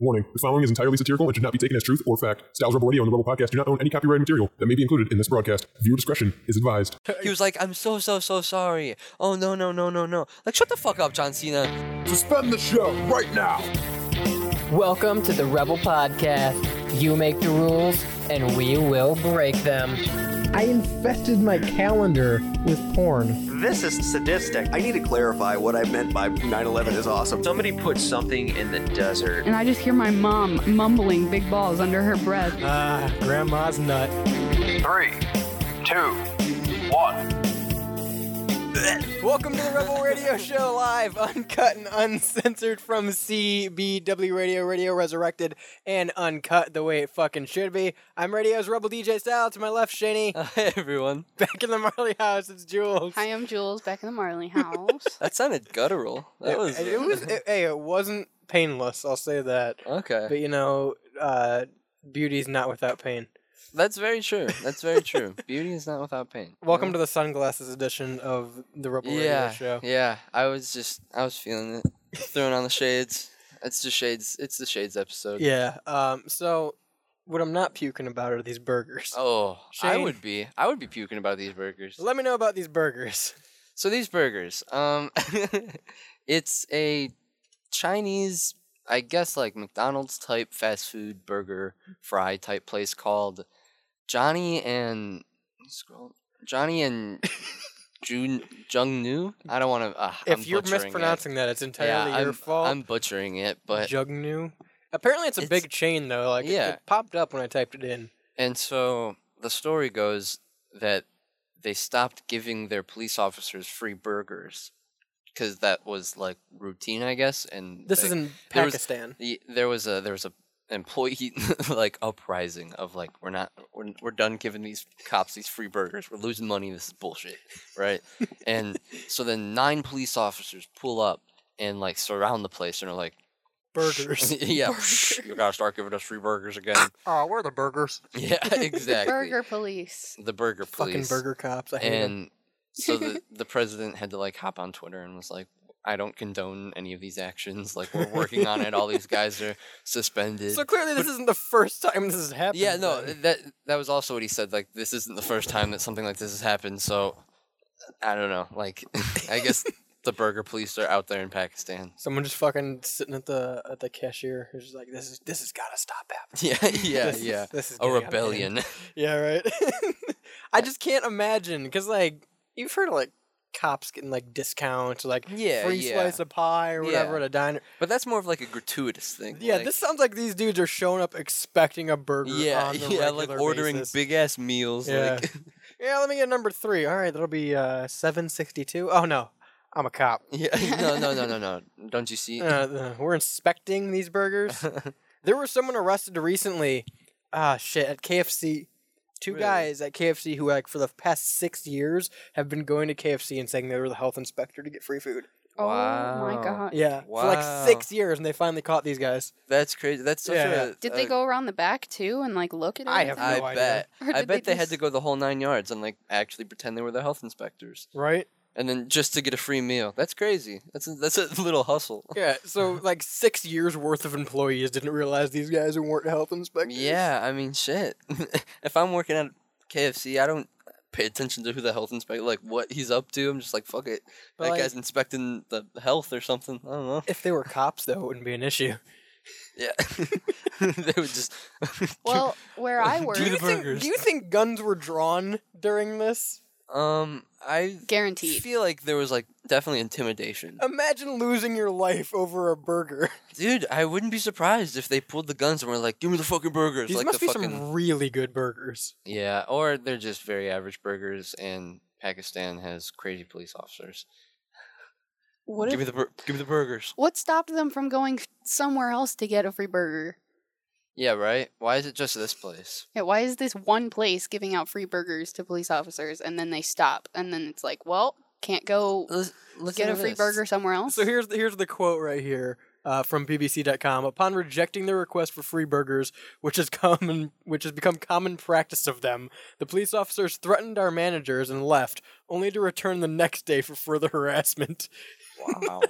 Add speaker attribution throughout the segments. Speaker 1: Warning, the following is entirely satirical and should not be taken as truth or fact. Styles Rebel Radio and the Rebel Podcast do not own any copyrighted material that may be included in this broadcast. Viewer discretion is advised.
Speaker 2: He was like, I'm so, so, so sorry. Oh, no, no, no, no, no. Like, shut the fuck up, John Cena.
Speaker 3: Suspend the show right now.
Speaker 4: Welcome to the Rebel Podcast. You make the rules, and we will break them.
Speaker 5: I infested my calendar with porn.
Speaker 6: This is sadistic.
Speaker 7: I need to clarify what I meant by 9/11 is awesome.
Speaker 8: Somebody put something in the desert.
Speaker 9: and I just hear my mom mumbling big balls under her breath.
Speaker 5: Ah, grandma's nut.
Speaker 3: Three, two, one.
Speaker 10: Welcome to the Rebel Radio Show live, uncut and uncensored from CBW Radio, Radio Resurrected, and uncut the way it fucking should be. I'm Radio's Rebel DJ Style. To my left, Shaney.
Speaker 2: Hey, everyone.
Speaker 10: Back in the Marley House, it's Jules.
Speaker 9: Hi, I'm Jules, back in the Marley house.
Speaker 2: That sounded guttural. That was.
Speaker 10: It, it was, it- hey, it wasn't painless. I'll say that. But
Speaker 2: Okay.
Speaker 10: you know, uh, beauty's not without pain.
Speaker 2: That's very true. That's very true. Beauty is not without pain.
Speaker 10: Welcome to the sunglasses edition of the Rebel
Speaker 2: Yeah.
Speaker 10: Radio Show.
Speaker 2: Yeah. I was just, I was feeling it. Throwing on the shades. It's the shades. It's the shades episode.
Speaker 10: Yeah. Um. So, what I'm not puking about are these burgers.
Speaker 2: Oh, I
Speaker 10: Shane.
Speaker 2: would be. I would be puking about these burgers.
Speaker 10: Let me know about these burgers.
Speaker 2: So these burgers, um, it's a Chinese, I guess, like McDonald's type fast food burger fry type place called Johnny and scroll Johnny and Jun Jungnu. I don't want to. Uh,
Speaker 10: If
Speaker 2: I'm
Speaker 10: you're
Speaker 2: butchering it.
Speaker 10: mispronouncing that, it's
Speaker 2: yeah,
Speaker 10: entirely
Speaker 2: I'm,
Speaker 10: your fault.
Speaker 2: I'm butchering it, but
Speaker 10: Jugnu. Apparently, it's a
Speaker 2: It's-
Speaker 10: big chain though. Like, it-
Speaker 2: Yeah.
Speaker 10: it, popped up when I typed it in.
Speaker 2: And so the story goes that they stopped giving their police officers free burgers because that was like routine, I guess. And
Speaker 10: This
Speaker 2: they-
Speaker 10: is in
Speaker 2: there was-
Speaker 10: Pakistan.
Speaker 2: the- there was a there was a employee like uprising of like we're not we're, we're done giving these cops these free burgers we're losing money this is bullshit right and so then nine police officers pull up and like surround the place and are like
Speaker 10: Burgers.
Speaker 2: yeah you gotta start giving us free burgers again
Speaker 10: oh, we're the burgers.
Speaker 2: yeah exactly
Speaker 9: Burger police.
Speaker 2: the burger
Speaker 10: Fucking
Speaker 2: police
Speaker 10: burger cops. I hate 'em.
Speaker 2: and so the, the president had to like hop on Twitter and was like, I don't condone any of these actions. Like we're working on it. All these guys are suspended.
Speaker 10: So clearly, this isn't the first time this has happened.
Speaker 2: yeah, no,
Speaker 10: then.
Speaker 2: that that was also what he said. Like this isn't the first time that something like this has happened. So I don't know. Like I guess the burger police are out there in Pakistan.
Speaker 10: Someone just fucking sitting at the at the cashier who's just like, "This is this has got to stop happening."
Speaker 2: Yeah, yeah,
Speaker 10: This is-
Speaker 2: yeah.
Speaker 10: this is
Speaker 2: A
Speaker 10: getting out of hand.
Speaker 2: rebellion.
Speaker 10: Yeah, right. I just can't imagine because like you've heard of like cops getting like discounts, or, like
Speaker 2: Yeah,
Speaker 10: free
Speaker 2: yeah.
Speaker 10: slice of pie or whatever
Speaker 2: Yeah.
Speaker 10: at a diner.
Speaker 2: but that's more of like a gratuitous thing.
Speaker 10: Yeah,
Speaker 2: like-
Speaker 10: this sounds like these dudes are showing up expecting a burger.
Speaker 2: Yeah,
Speaker 10: on the
Speaker 2: yeah, like
Speaker 10: regular
Speaker 2: ordering
Speaker 10: basis.
Speaker 2: big ass meals.
Speaker 10: Yeah.
Speaker 2: Like,
Speaker 10: Yeah, let me get number three. All right, that'll be uh, seven sixty-two. Oh no, I'm a cop.
Speaker 2: yeah. No, no, no, no, no. Don't you see?
Speaker 10: Uh, uh, we're inspecting these burgers. there was someone arrested recently. Ah, shit, at KFC. Two guys at KFC who, like, for the past six years have been going to KFC and saying they were the health inspector to get free food.
Speaker 9: Oh
Speaker 2: Wow.
Speaker 9: my god.
Speaker 10: Yeah, for like six years, and they finally caught these guys.
Speaker 2: That's crazy. That's such
Speaker 10: Yeah.
Speaker 2: a.
Speaker 9: Did
Speaker 2: a-
Speaker 9: they go around the back too and like look at it?
Speaker 10: I
Speaker 9: and
Speaker 10: have
Speaker 9: stuff?
Speaker 2: I
Speaker 10: no idea.
Speaker 2: bet. I
Speaker 9: Or did they
Speaker 2: bet they, had
Speaker 9: just-
Speaker 2: to go the whole nine yards and like actually pretend they were the health inspectors,
Speaker 10: Right?
Speaker 2: and then just to get a free meal. That's crazy. That's a, that's a little hustle.
Speaker 10: Yeah, so like six years worth of employees didn't realize these guys weren't health inspectors.
Speaker 2: Yeah, I mean, shit. if I'm working at KFC, I don't pay attention to who the health inspector, like what he's up to. I'm just like, fuck it.
Speaker 10: But,
Speaker 2: that
Speaker 10: like-
Speaker 2: guy's inspecting the health or something. I don't know.
Speaker 10: If they were cops, though, it wouldn't be an issue.
Speaker 2: Yeah, they would just.
Speaker 9: Well, where I work,
Speaker 10: Do you, think, do you think guns were drawn during this?
Speaker 2: um, I
Speaker 9: guaranteed.
Speaker 2: feel like there was like definitely intimidation.
Speaker 10: Imagine losing your life over a burger.
Speaker 2: Dude, I wouldn't be surprised if they pulled the guns and were like, "Give me the fucking burgers!"
Speaker 10: These
Speaker 2: like
Speaker 10: must
Speaker 2: the
Speaker 10: be
Speaker 2: fucking
Speaker 10: some really good burgers.
Speaker 2: yeah, or they're just very average burgers, and Pakistan has crazy police officers.
Speaker 9: What,
Speaker 2: give
Speaker 9: if,
Speaker 2: me the bur- give me the burgers.
Speaker 9: what stopped them from going somewhere else to get a free burger?
Speaker 2: Yeah, right. Why is it just this place?
Speaker 9: Yeah, why is this one place giving out free burgers to police officers and then they stop and then it's like, well, can't go
Speaker 2: Let's, let's
Speaker 9: get a free burger somewhere else?
Speaker 10: So here's the, here's the quote right here uh, from BBC.com. Upon rejecting their request for free burgers, which has common which has become common practice of them, the police officers threatened our managers and left, only to return the next day for further harassment.
Speaker 2: Wow.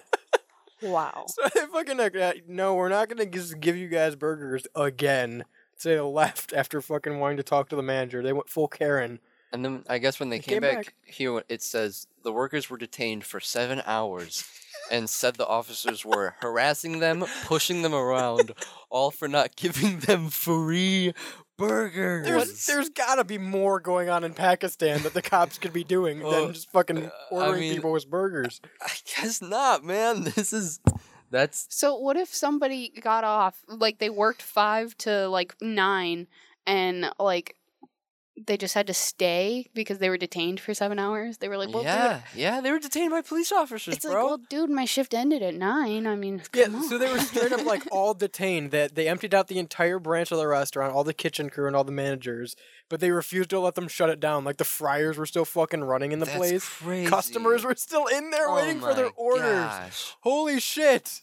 Speaker 9: Wow.
Speaker 10: So they fucking like, uh, no, we're not gonna just give you guys burgers again. So they left after fucking wanting to talk to the manager. They went full Karen.
Speaker 2: And then I guess when they came,
Speaker 10: came
Speaker 2: back,
Speaker 10: back.
Speaker 2: here, it says the workers were detained for seven hours and said the officers were harassing them, pushing them around, all for not giving them free burgers.
Speaker 10: There's, there's gotta be more going on in Pakistan that the cops could be doing
Speaker 2: Well,
Speaker 10: than just fucking
Speaker 2: uh, I
Speaker 10: ordering
Speaker 2: mean-
Speaker 10: people with burgers.
Speaker 2: I guess not, man. This is. That's.
Speaker 9: So what if somebody got off like they worked 5 to like 9 and like they just had to stay because they were detained for 7 hours? They were like, "Well, dude,
Speaker 2: yeah, yeah, they were detained by police officers,
Speaker 9: it's like,
Speaker 2: bro.
Speaker 9: well, dude, my shift ended at 9. I mean,
Speaker 10: Yeah,
Speaker 9: come on.
Speaker 10: so they were straight up like all detained. That they emptied out the entire branch of the restaurant, all the kitchen crew and all the managers, but they refused to let them shut it down. Like the fryers were still fucking running in the
Speaker 2: That's
Speaker 10: place.
Speaker 2: crazy.
Speaker 10: Customers were still in there
Speaker 2: Oh
Speaker 10: waiting for their
Speaker 2: my
Speaker 10: orders.
Speaker 2: gosh.
Speaker 10: Holy shit!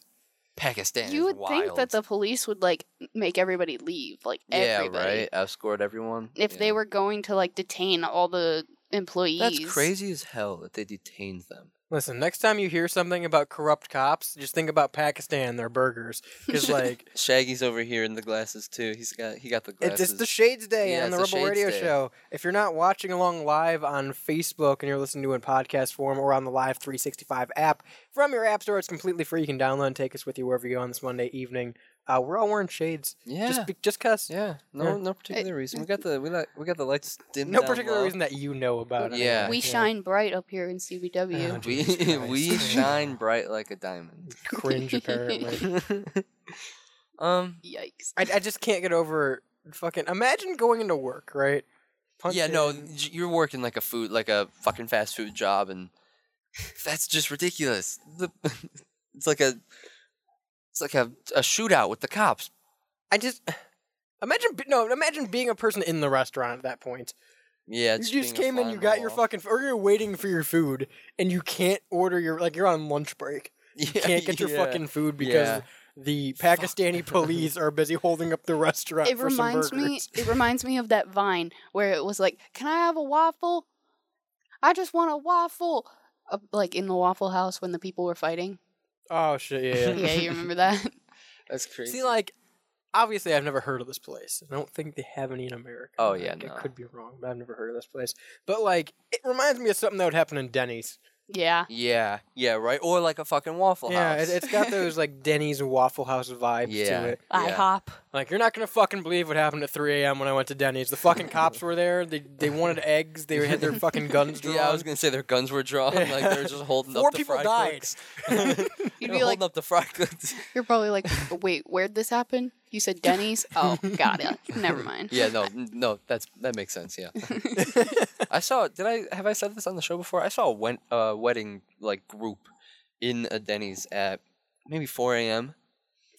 Speaker 2: Pakistan.
Speaker 9: you
Speaker 2: is
Speaker 9: would think that
Speaker 2: wild.
Speaker 9: the police would like make everybody leave, like
Speaker 2: Yeah,
Speaker 9: everybody.
Speaker 2: right. Escort everyone.
Speaker 9: If
Speaker 2: yeah.
Speaker 9: they were going to like detain all the employees.
Speaker 2: That's crazy as hell that they detained them.
Speaker 10: Listen, next time you hear something about corrupt cops, just think about Pakistan and their burgers, because like
Speaker 2: Shaggy's over here in the glasses too. He's got he got the
Speaker 10: it's,
Speaker 2: glasses.
Speaker 10: it's the Shades Day
Speaker 2: Yeah,
Speaker 10: on the
Speaker 2: it's the
Speaker 10: Rebel
Speaker 2: Shades
Speaker 10: Radio
Speaker 2: Day.
Speaker 10: Show. If you're not watching along live on Facebook and you're listening to it in podcast form or on the Live 365 app from your app store, it's completely free. You can download and take us with you wherever you go on this Monday evening. Uh, we're all wearing shades.
Speaker 2: Yeah.
Speaker 10: just be, just cause.
Speaker 2: yeah, no,
Speaker 10: Yeah.
Speaker 2: no particular reason. We got the we got, we got the lights dimmed.
Speaker 10: No
Speaker 2: down
Speaker 10: particular
Speaker 2: low.
Speaker 10: reason that you know about. anyway.
Speaker 2: Yeah.
Speaker 9: We shine bright up here in CBW.
Speaker 2: We
Speaker 10: Oh, Jesus Christ.
Speaker 2: we shine bright like a diamond.
Speaker 10: cringe apparently.
Speaker 2: um.
Speaker 9: Yikes.
Speaker 10: I, I just can't get over fucking. Imagine going into work, right? Punch
Speaker 2: yeah, no,
Speaker 10: in.
Speaker 2: j- you're working like a food, like a fucking fast food job, and that's just ridiculous. The, it's like a, it's like a, a shootout with the cops.
Speaker 10: I just imagine. be- No, imagine being a person in the restaurant at that point.
Speaker 2: Yeah, it's
Speaker 10: you just
Speaker 2: being a
Speaker 10: came
Speaker 2: fly
Speaker 10: in, you
Speaker 2: on the
Speaker 10: got your
Speaker 2: wall.
Speaker 10: fucking, or you're waiting for your food, and you can't order your like you're on lunch break. You
Speaker 2: Yeah,
Speaker 10: can't get your
Speaker 2: yeah.
Speaker 10: fucking food because
Speaker 2: Yeah.
Speaker 10: the Pakistani police are busy holding up the restaurant.
Speaker 9: it
Speaker 10: for some
Speaker 9: reminds me
Speaker 10: burgers.
Speaker 9: it reminds me of that vine where it was like can i have a waffle i just want a waffle Uh, like in the waffle house when the people were fighting
Speaker 10: Oh shit! Yeah. yeah.
Speaker 9: yeah you remember that
Speaker 2: That's crazy.
Speaker 10: See, like, obviously, I've never heard of this place. I don't think they have any in America.
Speaker 2: Oh, yeah,
Speaker 10: Like,
Speaker 2: no.
Speaker 10: I could be wrong, but I've never heard of this place. But like, it reminds me of something that would happen in Denny's.
Speaker 9: yeah
Speaker 2: Yeah, yeah, right. Or like a fucking Waffle
Speaker 10: yeah,
Speaker 2: House.
Speaker 10: it, it's got those like Denny's and Waffle House vibes
Speaker 2: yeah,
Speaker 10: to it.
Speaker 9: i
Speaker 2: yeah.
Speaker 9: hop
Speaker 10: Like, you're not gonna fucking believe what happened at 3 a.m. when I went to Denny's. The fucking cops were there. They they wanted eggs. They had their fucking guns drawn.
Speaker 2: Yeah, I was gonna say their guns were drawn. Like they were just holding
Speaker 10: Four
Speaker 2: up the
Speaker 10: people
Speaker 2: fry
Speaker 10: died.
Speaker 2: cooks.
Speaker 9: you'd
Speaker 2: They were
Speaker 9: be like
Speaker 2: holding up the fry cooks.
Speaker 9: you're probably like "Oh, wait where'd this happen you said denny's oh got it never mind
Speaker 2: Yeah, no, n- no, that's that makes sense. Yeah, I saw. Did I have I said this on the show before? I saw a wen- uh, wedding like group in a Denny's at maybe 4 a.m.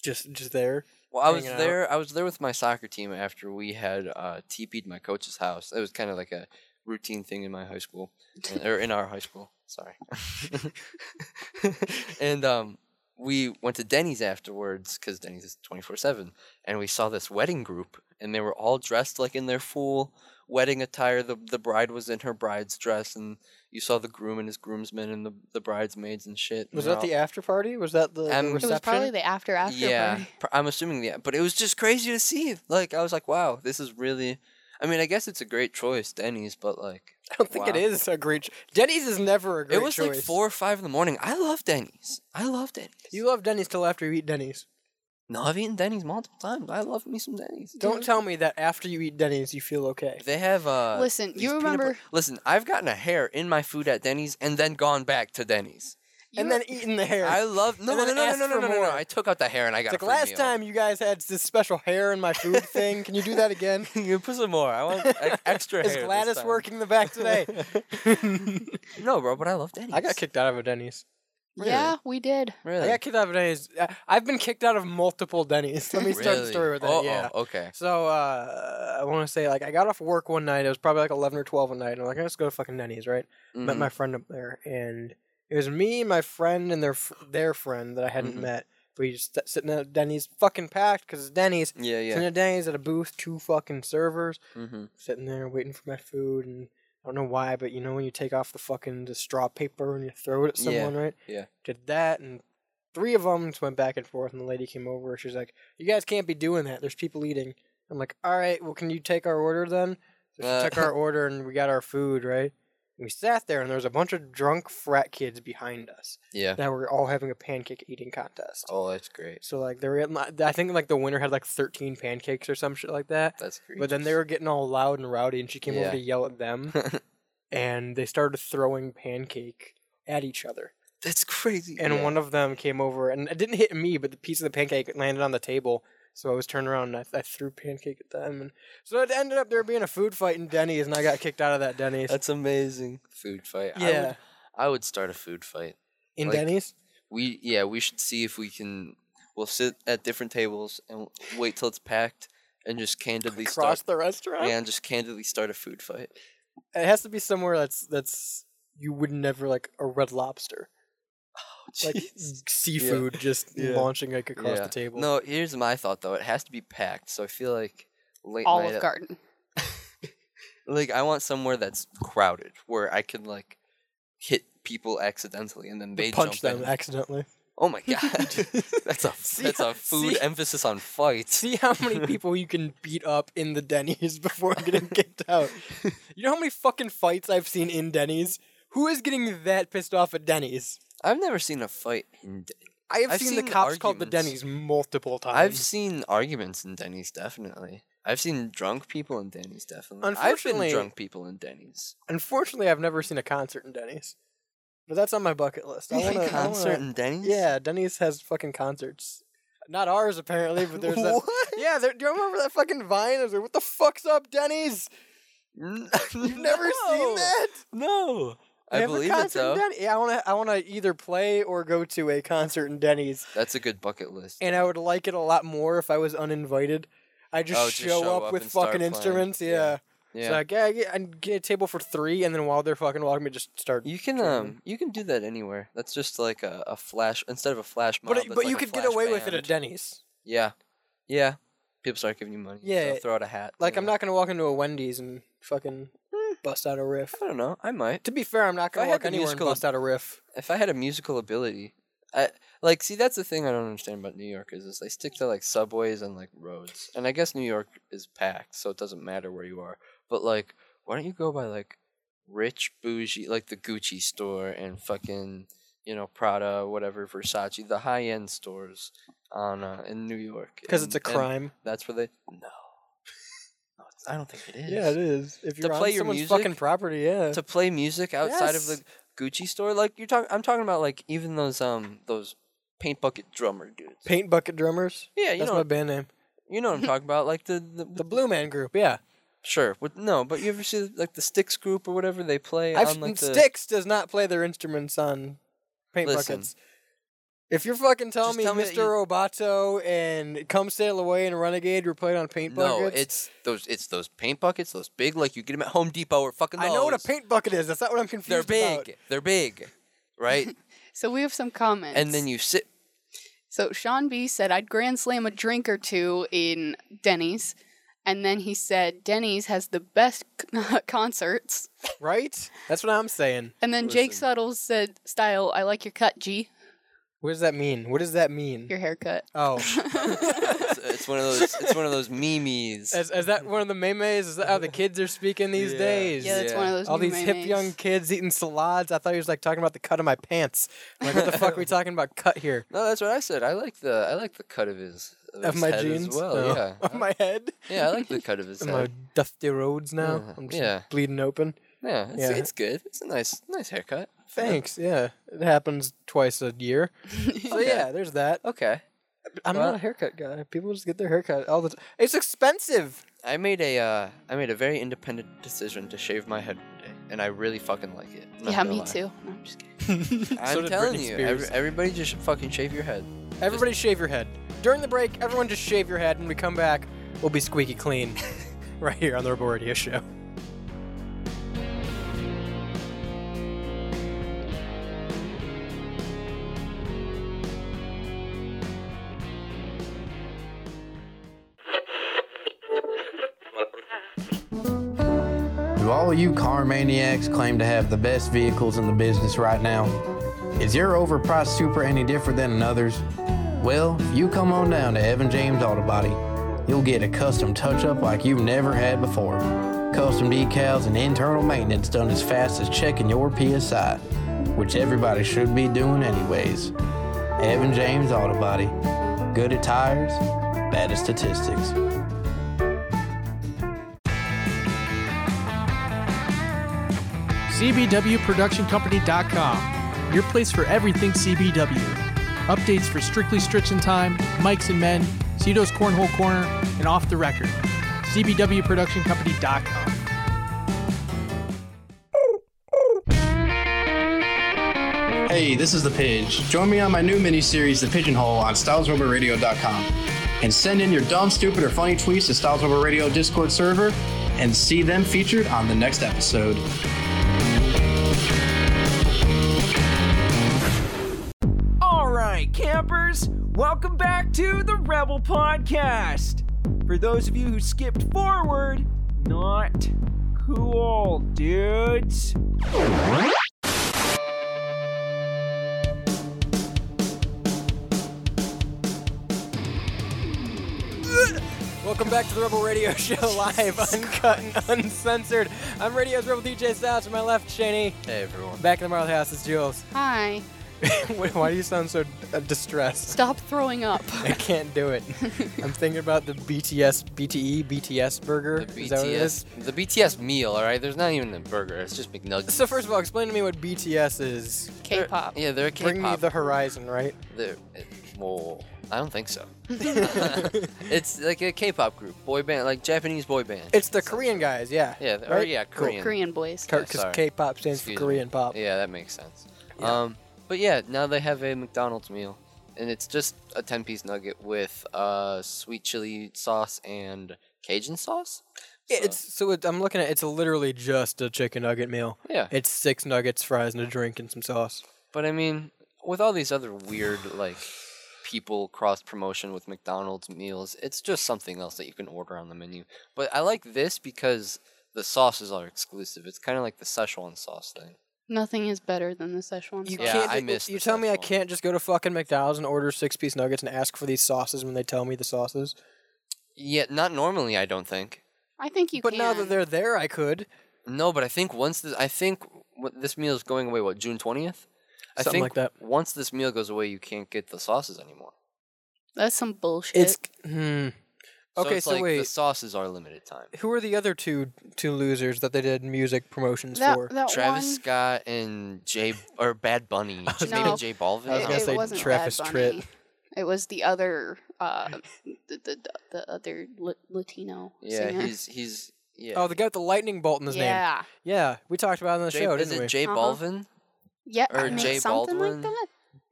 Speaker 10: just just there.
Speaker 2: Well, I was
Speaker 10: Hanging out.
Speaker 2: there. I was there with my soccer team after we had uh, TP'd my coach's house. It was kind of like a routine thing in my high school, and- or in our high school. Sorry. and um, we went to Denny's afterwards because Denny's is twenty four seven, and we saw this wedding group, and they were all dressed like in their full wedding attire. The the bride was in her bride's dress, and you saw the groom and his groomsmen and the the bridesmaids and shit. and
Speaker 10: Was
Speaker 2: they're
Speaker 10: that
Speaker 2: all-
Speaker 10: the after party? Was that the, the
Speaker 2: Um, It was
Speaker 9: it
Speaker 10: reception?
Speaker 9: was probably the after after
Speaker 2: yeah,
Speaker 9: party.
Speaker 2: pr- I'm assuming the, but it was just crazy to see. Like I was like, wow, this is really. I mean, I guess it's a great choice, Denny's, but like
Speaker 10: I don't think it
Speaker 2: Wow.
Speaker 10: is a great. Ch- Denny's is never a great
Speaker 2: it was like
Speaker 10: choice.
Speaker 2: four or five in the morning. I love Denny's. I love Denny's.
Speaker 10: You love Denny's till after you eat Denny's.
Speaker 2: no, I've eaten Denny's multiple times. I love me some Denny's.
Speaker 10: Don't tell me that after you eat Denny's you feel okay.
Speaker 2: They have uh.
Speaker 9: Listen, you
Speaker 2: these peanut butter-
Speaker 9: remember-
Speaker 2: Listen, I've gotten a hair in my food at Denny's and then gone back to Denny's.
Speaker 9: You
Speaker 10: and
Speaker 9: were-
Speaker 10: then eating the hair.
Speaker 2: I love no no
Speaker 10: then
Speaker 2: no no
Speaker 10: ask
Speaker 2: no no
Speaker 10: for
Speaker 2: no, no,
Speaker 10: more.
Speaker 2: no. I took out the hair and I got
Speaker 10: It's
Speaker 2: a
Speaker 10: like
Speaker 2: free
Speaker 10: last
Speaker 2: meal.
Speaker 10: time you guys had this special hair in my food thing. Can you do that again?
Speaker 2: you put some more. I want e- extra hair.
Speaker 10: Is
Speaker 2: this
Speaker 10: Gladys
Speaker 2: time.
Speaker 10: working the back today?
Speaker 2: No, bro, but I love Denny's.
Speaker 10: I got kicked out of a Denny's.
Speaker 9: yeah we did
Speaker 10: I
Speaker 2: Really?
Speaker 10: got kicked out of a Denny's. I- I've been kicked out of multiple Denny's. Let me start the
Speaker 2: Really?
Speaker 10: story with that.
Speaker 2: Oh,
Speaker 10: yeah.
Speaker 2: oh, okay.
Speaker 10: So uh, I want to say like I got off work one night. It was probably like eleven or twelve at night. And I'm like, let's go to fucking Denny's, right? Met
Speaker 2: Mhm.
Speaker 10: my friend up there, and it was me, my friend, and their f- their friend that I hadn't
Speaker 2: Mhm.
Speaker 10: met. We just st- sitting at Denny's, fucking packed because it's Denny's.
Speaker 2: Mm-hmm. Yeah, yeah.
Speaker 10: Sitting at Denny's at a booth, two fucking servers,
Speaker 2: Mm-hmm.
Speaker 10: sitting there waiting for my food, and I don't know why, but you know when you take off the fucking the straw paper and you throw it at
Speaker 2: Yeah,
Speaker 10: someone, right?
Speaker 2: yeah.
Speaker 10: Did that and Three of them just went back and forth, and the lady came over. She's like, "You guys can't be doing that. There's people eating." I'm like, "All right, well, can you take our order then?" So she
Speaker 2: Uh,
Speaker 10: took our order, and we got our food right. We sat there, and there was a bunch of drunk frat kids behind us
Speaker 2: Yeah.
Speaker 10: that were all having a pancake eating contest.
Speaker 2: Oh, that's great.
Speaker 10: So like they were, getting, I think like the winner had like 13 pancakes or some shit like that.
Speaker 2: That's great.
Speaker 10: But then they were getting all loud and rowdy, and she came
Speaker 2: Yeah.
Speaker 10: over to yell at them, and they started throwing pancake at each other.
Speaker 2: That's crazy.
Speaker 10: And
Speaker 2: yeah.
Speaker 10: one of them came over, and it didn't hit me, but the piece of the pancake landed on the table. So I was turned around and I, I threw pancake at them, and so it ended up there being a food fight in Denny's, and I got kicked out of that Denny's.
Speaker 2: That's amazing. Food fight. I
Speaker 10: yeah,
Speaker 2: would, I would start a food fight.
Speaker 10: in
Speaker 2: like-
Speaker 10: Denny's.
Speaker 2: We yeah, we should see if we can. We'll sit at different tables and wait till it's packed, and just candidly
Speaker 10: Across
Speaker 2: start.
Speaker 10: the restaurant.
Speaker 2: and just candidly start a food fight.
Speaker 10: It has to be somewhere that's that's you would never like a Red Lobster. like seafood just
Speaker 2: Oh, Yeah.
Speaker 10: launching like across
Speaker 2: Yeah.
Speaker 10: the table.
Speaker 2: No, here's my thought though. It has to be packed, so I feel like late night.
Speaker 9: Olive Garden.
Speaker 2: Like I want somewhere that's crowded where I can like hit people accidentally and then they jump
Speaker 10: punch them
Speaker 2: in.
Speaker 10: accidentally.
Speaker 2: oh my god, that's a
Speaker 10: See
Speaker 2: that's
Speaker 10: how-
Speaker 2: a food
Speaker 10: see-
Speaker 2: emphasis on fight.
Speaker 10: See how many people you can beat up in the Denny's before getting kicked out. You know how many fucking fights I've seen in Denny's? Who is getting that pissed off at Denny's?
Speaker 2: I've never seen a fight. In D-
Speaker 10: I have
Speaker 2: I've
Speaker 10: seen,
Speaker 2: seen
Speaker 10: the cops called the
Speaker 2: arguments.
Speaker 10: Denny's multiple times.
Speaker 2: I've seen arguments in Denny's definitely. I've seen drunk people in Denny's definitely. I've been
Speaker 10: Unfortunately-
Speaker 2: drunk people in Denny's.
Speaker 10: Unfortunately, I've never seen a concert in Denny's. But that's on my bucket list. I
Speaker 2: You think
Speaker 10: want to
Speaker 2: concert in Denny's?
Speaker 10: Yeah, Denny's has fucking concerts. Not ours apparently, but there's that. Yeah, there, do you remember that fucking vine? It was like, what the fuck's up, Denny's?
Speaker 2: You've
Speaker 10: You've never seen that?
Speaker 2: No.
Speaker 10: They
Speaker 2: I
Speaker 10: have a
Speaker 2: believe it
Speaker 10: concert in
Speaker 2: though.
Speaker 10: Den- yeah, I want to. I want to either play or go to a concert in Denny's,
Speaker 2: That's a good bucket list.
Speaker 10: and I would like it a lot more if I was uninvited. I just,
Speaker 2: Oh, just
Speaker 10: show,
Speaker 2: show
Speaker 10: up,
Speaker 2: up
Speaker 10: with
Speaker 2: and start
Speaker 10: fucking
Speaker 2: playing.
Speaker 10: instruments.
Speaker 2: Yeah.
Speaker 10: Yeah.
Speaker 2: yeah.
Speaker 10: So like, yeah, I get, I get a table for three, and then while they're fucking walking, me, just start.
Speaker 2: you can
Speaker 10: Jordan.
Speaker 2: um you can do that anywhere. That's just like a, a flash instead of a flash mob.
Speaker 10: but it,
Speaker 2: that's
Speaker 10: but
Speaker 2: like
Speaker 10: you
Speaker 2: a
Speaker 10: could get
Speaker 2: flash
Speaker 10: away with it
Speaker 2: band.
Speaker 10: at Denny's.
Speaker 2: yeah, yeah. People start giving you money. Yeah,
Speaker 10: Yeah,
Speaker 2: so throw out a hat.
Speaker 10: Like,
Speaker 2: you
Speaker 10: I'm
Speaker 2: know.
Speaker 10: not gonna walk into a Wendy's and fucking bust out a riff.
Speaker 2: I don't know. I might
Speaker 10: To be fair, I'm not
Speaker 2: Eh. I
Speaker 10: gonna
Speaker 2: had
Speaker 10: walk
Speaker 2: the
Speaker 10: anywhere and
Speaker 2: musical-
Speaker 10: bust out a riff.
Speaker 2: if I had a musical ability. I like see that's the thing I don't understand about New York is, is they stick to like subways and like roads. And I guess New York is packed, so it doesn't matter where you are. But like, why don't you go by like rich bougie like the Gucci store and fucking you know Prada whatever Versace the high end stores on uh, in New York
Speaker 10: Because it's a
Speaker 2: And- and
Speaker 10: crime.
Speaker 2: That's where they no. No, it's- I don't think it is.
Speaker 10: is. If
Speaker 2: To play your music-
Speaker 10: fucking property, yeah.
Speaker 2: To play music outside of
Speaker 10: Yes.
Speaker 2: the Gucci store, like you're talking, I'm talking about like even those um those paint bucket drummer dudes.
Speaker 10: Paint Bucket Drummers.
Speaker 2: Yeah, you
Speaker 10: That's
Speaker 2: know,
Speaker 10: my band name.
Speaker 2: you know what I'm talking about, like the the,
Speaker 10: The Blue Man Group. Yeah.
Speaker 2: sure, with, no, but you ever see like the Sticks group or whatever they play
Speaker 10: I've,
Speaker 2: on like the
Speaker 10: Styx does not play their instruments on paint
Speaker 2: Listen.
Speaker 10: buckets. If you're fucking telling
Speaker 2: Just
Speaker 10: me
Speaker 2: tell me that
Speaker 10: Mr.
Speaker 2: you-
Speaker 10: Roboto and Come Sail Away and Renegade were played on paint
Speaker 2: no,
Speaker 10: buckets,
Speaker 2: it's those it's those paint buckets, those big like you get them at Home Depot or fucking.
Speaker 10: I know what a
Speaker 2: Lowe's.
Speaker 10: paint bucket is. That's not what I'm confused
Speaker 2: They're big.
Speaker 10: about.
Speaker 2: They're big, right?
Speaker 9: So we have some comments.
Speaker 2: and then you sit.
Speaker 9: So Sean B said, I'd grand slam a drink or two in Denny's. And then he said, Denny's has the best c- concerts.
Speaker 10: Right? That's what I'm saying.
Speaker 9: And then Jake Suttles said, Style, I like your cut, G.
Speaker 10: What does that mean? What does that mean?
Speaker 9: Your haircut.
Speaker 10: Oh.
Speaker 2: It's, it's one of those. It's one of those memes.
Speaker 10: is, is that one of the memes? Is that how the kids are speaking these
Speaker 2: Yeah.
Speaker 10: days?
Speaker 9: Yeah, that's
Speaker 2: Yeah.
Speaker 9: one of those
Speaker 10: All
Speaker 9: new
Speaker 10: these hip
Speaker 9: memes.
Speaker 10: young kids eating salads. I thought he was like talking about the cut of my pants. I'm like, what the fuck are we talking about cut here?
Speaker 2: No, that's what I said. I like the I like the cut of his of,
Speaker 10: Of
Speaker 2: his
Speaker 10: my
Speaker 2: head
Speaker 10: jeans? Oh.
Speaker 2: as well.
Speaker 10: No.
Speaker 2: Yeah,
Speaker 10: Of my head?
Speaker 2: yeah, I like the cut of his
Speaker 10: Am I
Speaker 2: head.
Speaker 10: Dusty Rhodes now?
Speaker 2: Yeah.
Speaker 10: I'm just
Speaker 2: Yeah.
Speaker 10: bleeding open.
Speaker 2: Yeah, it's,
Speaker 10: Yeah.
Speaker 2: it's good. It's a nice nice haircut.
Speaker 10: Thanks. Yeah, it happens twice a year. so yeah, there's that.
Speaker 2: Okay,
Speaker 10: I'm
Speaker 2: Well-
Speaker 10: not a haircut guy. People just get their haircut all the time. It's expensive.
Speaker 2: I made a uh, I made a very independent decision to shave my head today, and I really fucking like it. I'm not
Speaker 9: Yeah,
Speaker 2: gonna
Speaker 9: me
Speaker 2: lie.
Speaker 9: too. No, I'm just kidding.
Speaker 2: I'm
Speaker 10: did
Speaker 2: telling
Speaker 10: Britney
Speaker 2: you, every,
Speaker 10: Spears.
Speaker 2: everybody just should fucking shave your head.
Speaker 10: Everybody shave your head during the break. Everyone just shave your head. When we come back, we'll be squeaky clean, right here on the Rebel Radio Show.
Speaker 6: Do all of you car maniacs claim to have the best vehicles in the business right now? Is your overpriced super any different than another's? Well, if you come on down to Evan James Auto Body, you'll get a custom touch up like you've never had before. Custom decals and internal maintenance done as fast as checking your PSI, which everybody should be doing anyways. Evan James Auto Body. Good at tires, bad at statistics.
Speaker 11: CBWProductionCompany.com, your place for everything CBW. Updates for Strictly Stritch in Time, Mikes and Men, Cito's Cornhole Corner, and Off the Record. CBWProductionCompany.com.
Speaker 6: Hey, this is The Pidge. Join me on my new miniseries, The Pigeonhole, on StylesRoberRadio.com. And send in your dumb, stupid, or funny tweets to Styles Rubber Radio Discord server and see them featured on the next episode.
Speaker 12: All right, campers, welcome back to the Rebel Podcast. For those of you who skipped forward, not cool, dudes.
Speaker 10: Welcome back to the Rebel Radio Show, live, uncut, and uncensored. I'm Radio's Rebel DJ Styles. To my left, Shaney.
Speaker 2: Hey, everyone.
Speaker 10: Back in the Marley House, it's Jules.
Speaker 9: Hi.
Speaker 10: Wait, Why do you sound so uh, distressed?
Speaker 9: Stop throwing up.
Speaker 10: I can't do it. I'm thinking about the BTS, BTE, BTS burger.
Speaker 2: The
Speaker 10: Is that what it is?
Speaker 2: BTS, the BTS meal, all right? There's not even a burger. It's just McNuggets.
Speaker 10: So first of all, explain to me what BTS is.
Speaker 9: K-pop.
Speaker 2: yeah, they're a
Speaker 10: Bring me
Speaker 2: K-pop.
Speaker 10: the horizon, right?
Speaker 2: They're, eh, well, I don't think so. it's like a K-pop group, boy band, like Japanese boy band.
Speaker 10: It's the Korean guys, yeah.
Speaker 2: Yeah, th- or yeah, Korean.
Speaker 9: Korean boys.
Speaker 10: Because
Speaker 2: sorry.
Speaker 10: K-pop stands
Speaker 2: Excuse
Speaker 10: for Korean
Speaker 2: me.
Speaker 10: pop.
Speaker 2: Yeah, that makes sense. Um, but yeah, now they have a McDonald's meal, and it's just a ten-piece nugget with uh, sweet chili sauce and Cajun sauce.
Speaker 10: Yeah, it's so it, I'm looking at it's literally just a chicken nugget meal.
Speaker 2: Yeah.
Speaker 10: It's six nuggets, fries, and a drink and some sauce.
Speaker 2: But I mean, with all these other weird like people cross promotion with McDonald's meals, it's just something else that you can order on the menu. But I like this because the sauces are exclusive. It's kind of like the Szechuan sauce thing.
Speaker 9: Nothing is better than the Szechuan
Speaker 10: You
Speaker 9: sauce.
Speaker 2: Yeah,
Speaker 10: can't.
Speaker 2: I
Speaker 10: ju-
Speaker 2: missed
Speaker 10: You
Speaker 2: the
Speaker 10: tell me I
Speaker 2: first one.
Speaker 10: can't just go to fucking McDonald's and order six piece nuggets and ask for these sauces when they tell me the sauces.
Speaker 2: Yeah, not normally, I don't think.
Speaker 9: I think you
Speaker 10: But
Speaker 9: can.
Speaker 10: now that they're there, I could.
Speaker 2: No, but I think once this, I think what, this meal is going away. What June twentieth? I
Speaker 10: Something
Speaker 2: think
Speaker 10: like that.
Speaker 2: once this meal goes away, you can't get the sauces anymore.
Speaker 9: That's some bullshit.
Speaker 10: It's hmm.
Speaker 2: so,
Speaker 10: Okay,
Speaker 2: it's
Speaker 10: so,
Speaker 2: like the
Speaker 10: wait,
Speaker 2: sauces are limited time.
Speaker 10: who are the other two two losers that they did music promotions
Speaker 9: that,
Speaker 10: for?
Speaker 9: that
Speaker 2: Travis
Speaker 9: one.
Speaker 2: Scott and Jay or Bad Bunny,
Speaker 9: was
Speaker 2: maybe
Speaker 9: No.
Speaker 2: Jay Balvin.
Speaker 10: I was
Speaker 9: it,
Speaker 10: gonna
Speaker 9: it
Speaker 10: say
Speaker 9: wasn't
Speaker 10: Travis
Speaker 9: Bad
Speaker 10: Tritt.
Speaker 9: Bunny. It was the other, uh, the, the, the other li- Latino
Speaker 2: Yeah,
Speaker 9: singer.
Speaker 2: he's he's yeah.
Speaker 10: Oh, the guy with the lightning bolt in his name.
Speaker 9: yeah,
Speaker 10: Yeah, we talked about it on the
Speaker 2: Jay,
Speaker 10: show,
Speaker 2: is
Speaker 10: didn't
Speaker 2: it
Speaker 10: we?
Speaker 2: Jay
Speaker 9: Uh-huh.
Speaker 2: Balvin?
Speaker 9: yeah,
Speaker 2: Or
Speaker 9: I mean,
Speaker 2: Jay
Speaker 9: something
Speaker 2: Baldwin?
Speaker 9: like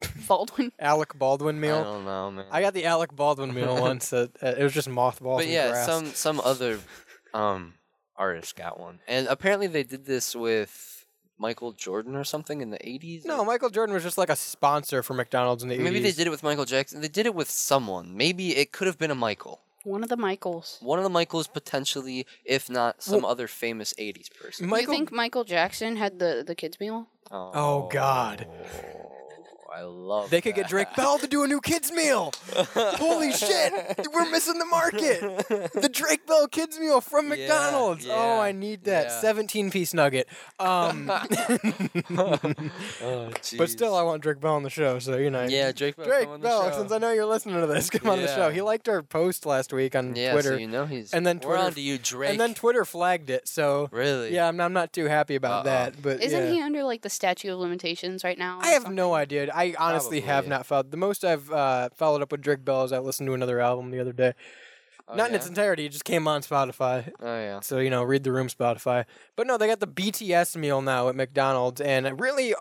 Speaker 9: that. Baldwin.
Speaker 10: Alec Baldwin
Speaker 2: I
Speaker 10: meal.
Speaker 2: don't know, man.
Speaker 10: I, got the Alec Baldwin meal once. That uh, it was just mothballs.
Speaker 2: but
Speaker 10: and
Speaker 2: yeah,
Speaker 10: grass.
Speaker 2: some some other um artist got one, and apparently they did this with Michael Jordan or something in the eighties.
Speaker 10: No, Michael Jordan was just like a sponsor for McDonald's in the 80s.
Speaker 2: maybe they did it with Michael Jackson. They did it with someone. Maybe it could have been a Michael.
Speaker 9: One of the Michaels.
Speaker 2: One of the Michaels, potentially, if not some other famous '80s person.
Speaker 9: Do you think Michael Jackson had the, the kids meal?
Speaker 2: Oh,
Speaker 10: Oh, God.
Speaker 2: I love.
Speaker 10: They could get Drake Bell to do a new kids meal. Holy shit, we're missing the market. The Drake Bell kids meal from
Speaker 2: Yeah,
Speaker 10: McDonald's.
Speaker 2: yeah,
Speaker 10: oh, I need that
Speaker 2: yeah.
Speaker 10: 17 piece nugget. Um, but still, I want Drake Bell on the show. So you know,
Speaker 2: yeah, Drake Bell. come
Speaker 10: Drake
Speaker 2: on the
Speaker 10: Bell.
Speaker 2: show.
Speaker 10: Since I know you're listening to this, come on the
Speaker 2: Yeah.
Speaker 10: show. He liked our post last week on
Speaker 2: Yeah,
Speaker 10: Twitter,
Speaker 2: so you know he's.
Speaker 10: And then
Speaker 2: We're
Speaker 10: Twitter-
Speaker 2: on to you, Drake.
Speaker 10: and then Twitter flagged it. So
Speaker 2: really? Uh-uh.
Speaker 10: yeah, I'm, I'm not too happy about
Speaker 2: Uh-oh.
Speaker 10: that. But
Speaker 9: Isn't
Speaker 10: Uh, yeah.
Speaker 9: he under like the statute of limitations right now? or
Speaker 10: I have
Speaker 9: something?
Speaker 10: no idea. I honestly have
Speaker 2: Probably.
Speaker 10: not followed. The most I've uh, followed up with Drake Bell is I listened to another album the other day.
Speaker 2: Oh,
Speaker 10: not in
Speaker 2: yeah?
Speaker 10: its entirety. It just came on Spotify.
Speaker 2: Oh yeah.
Speaker 10: So you know, read the room Spotify. But no, they got the BTS meal now at McDonald's, and it really,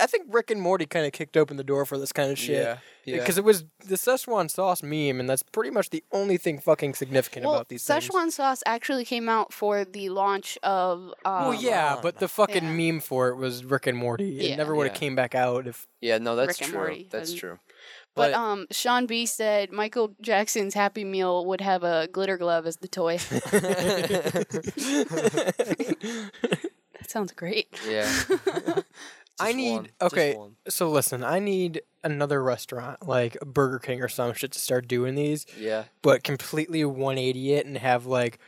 Speaker 10: I think Rick and Morty kind of kicked open the door for this kind of shit.
Speaker 2: Yeah, yeah.
Speaker 10: Because it was the Szechuan sauce meme, and that's pretty much the only thing fucking significant
Speaker 9: Well,
Speaker 10: about these things.
Speaker 9: Szechuan sauce actually came out for the launch of. Um,
Speaker 10: Well, Oh, yeah, but the fucking
Speaker 9: Yeah.
Speaker 10: meme for it was Rick and Morty. It
Speaker 9: Yeah.
Speaker 10: never would have
Speaker 2: Yeah.
Speaker 10: came back out if
Speaker 2: Yeah. No, that's
Speaker 9: Rick and
Speaker 2: true.
Speaker 9: Morty
Speaker 2: That's
Speaker 9: and-
Speaker 2: true.
Speaker 9: But,
Speaker 2: But,
Speaker 9: um, Sean B said Michael Jackson's Happy Meal would have a glitter glove as the toy. that sounds great.
Speaker 2: yeah.
Speaker 10: I
Speaker 2: Just
Speaker 10: need
Speaker 2: one, just
Speaker 10: okay.
Speaker 2: one.
Speaker 10: So listen, I need another restaurant like a Burger King or some shit to start doing these.
Speaker 2: Yeah.
Speaker 10: But completely 180 it and have like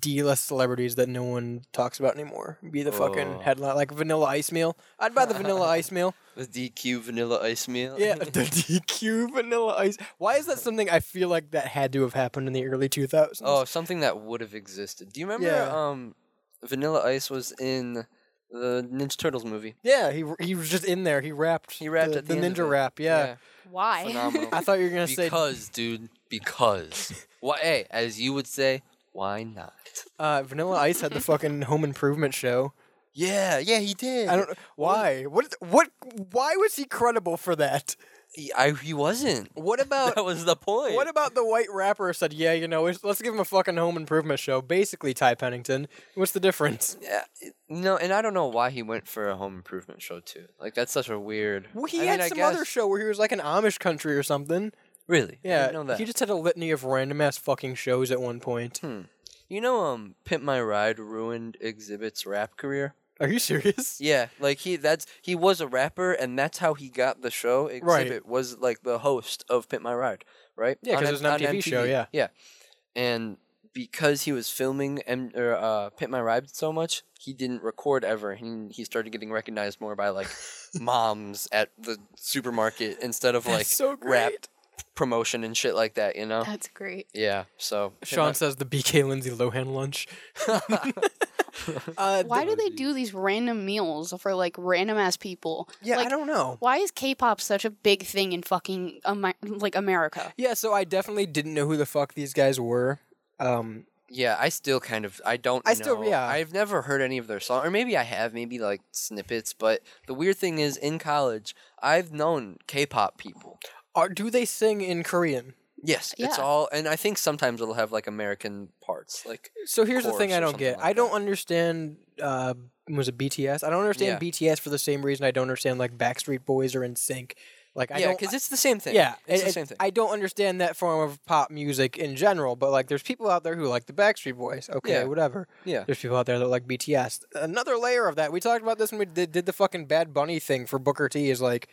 Speaker 10: D-list celebrities that no one talks about anymore. Be the
Speaker 2: Oh.
Speaker 10: fucking headline like Vanilla Ice Meal. I'd buy the Vanilla Ice Meal.
Speaker 2: The DQ vanilla ice meal.
Speaker 10: Yeah, the DQ Vanilla Ice. Why is that something I feel like that had to have happened in the early 2000s?
Speaker 2: Oh, something that would have existed. Do you remember?
Speaker 10: Yeah.
Speaker 2: Um, Vanilla Ice was in the Ninja Turtles movie.
Speaker 10: Yeah, he he was just in there. He rapped. He
Speaker 2: rapped
Speaker 10: the,
Speaker 2: at the
Speaker 10: the
Speaker 2: end of
Speaker 10: ninja
Speaker 2: it.
Speaker 10: rap. Yeah.
Speaker 9: Why?
Speaker 2: Phenomenal.
Speaker 10: I thought you were gonna say
Speaker 2: because, dude, because. Why? Hey, as you would say, why not?
Speaker 10: uh, Vanilla Ice had the fucking Home Improvement show.
Speaker 2: Yeah, yeah, he did.
Speaker 10: I don't why. What what? Why was he credible for that?
Speaker 2: He, I, he wasn't.
Speaker 10: What about
Speaker 2: That was the point.
Speaker 10: what about the white rapper said? Yeah, you know, it's- let's give him a fucking Home Improvement show. Basically, Ty Pennington. What's the difference?
Speaker 2: Yeah, no, and I don't know why he went for a home improvement show too. Like that's such a weird.
Speaker 10: Well, he
Speaker 2: I
Speaker 10: had
Speaker 2: mean, I
Speaker 10: some
Speaker 2: guess-
Speaker 10: other show where he was like an Amish country or something.
Speaker 2: Really? I
Speaker 10: Yeah,
Speaker 2: didn't know that. Hmm.
Speaker 10: he just had a litany of random ass fucking shows at one point.
Speaker 2: You know, um, Pimp My Ride ruined Exhibit's rap career.
Speaker 10: Are you serious?
Speaker 2: Yeah, like he that's he was a rapper and that's how he got the show.
Speaker 10: Right.
Speaker 2: Exhibit was like the host of Pimp My Ride, right?
Speaker 10: Yeah,
Speaker 2: On
Speaker 10: 'cause it
Speaker 2: M-
Speaker 10: was an
Speaker 2: on
Speaker 10: MTV show, yeah.
Speaker 2: yeah, and because he was filming M- or, uh, Pimp My Ride so much, he didn't record ever. He he started getting recognized more by like moms at the supermarket instead of like
Speaker 10: so
Speaker 2: rap
Speaker 10: great.
Speaker 2: promotion and shit like that. You know?
Speaker 9: That's great.
Speaker 2: yeah. So Pimp
Speaker 10: Sean
Speaker 2: My-
Speaker 10: says the BK Lindsay Lohan lunch. uh,
Speaker 9: Why do they do these random meals for like random ass people?
Speaker 10: Yeah, I
Speaker 9: Like,
Speaker 10: don't know.
Speaker 9: Why is K-pop such a big thing in fucking Ama- like America?
Speaker 10: Yeah, so I definitely didn't know who the fuck these guys were. Um,
Speaker 2: Yeah, I still kind of I don't.
Speaker 10: I still-
Speaker 2: know.
Speaker 10: yeah.
Speaker 2: I've never heard any of their song, or maybe I have, maybe like snippets. But the weird thing is, in college, I've known K-pop people.
Speaker 10: are, do they sing in Korean?
Speaker 2: Yes, it's
Speaker 10: Yeah.
Speaker 2: all, and I think sometimes it'll have like American parts. Like
Speaker 10: So here's the thing
Speaker 2: chorus
Speaker 10: I
Speaker 2: or
Speaker 10: don't
Speaker 2: something
Speaker 10: get.
Speaker 2: like
Speaker 10: I don't understand. Uh, was it BTS? I don't understand BTS for the same reason I don't understand like Backstreet Boys or NSYNC. Like I
Speaker 2: yeah,
Speaker 10: don't.
Speaker 2: because it's the same thing.
Speaker 10: Yeah,
Speaker 2: it's
Speaker 10: it-
Speaker 2: the
Speaker 10: it-
Speaker 2: same thing.
Speaker 10: I don't understand that form of pop music in general, but like there's people out there who like the Backstreet Boys. Okay,
Speaker 2: Yeah.
Speaker 10: whatever.
Speaker 2: Yeah.
Speaker 10: There's people out there that like BTS. Another layer of that. We talked about this when we did, did the fucking Bad Bunny thing for Booker T is like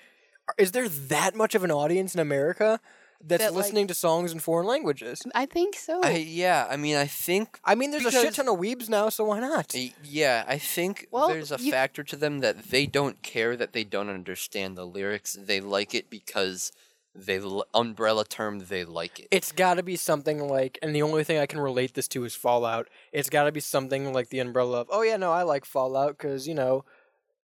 Speaker 10: are- is there that much of an audience in America that's
Speaker 9: That, like-
Speaker 10: listening to songs in foreign languages?
Speaker 9: I think so.
Speaker 2: I, yeah, I mean, I think.
Speaker 10: I mean, there's a shit
Speaker 2: because-
Speaker 10: ton of weebs now, so why not?
Speaker 2: I- Yeah, I think
Speaker 9: Well,
Speaker 2: there's a
Speaker 9: you-
Speaker 2: factor to them that they don't care that they don't understand the lyrics. They like it because they l- umbrella term they like it.
Speaker 10: It's got to be something like, and the only thing I can relate this to is Fallout. It's got to be something like the umbrella of, oh yeah, no, I like Fallout because you know,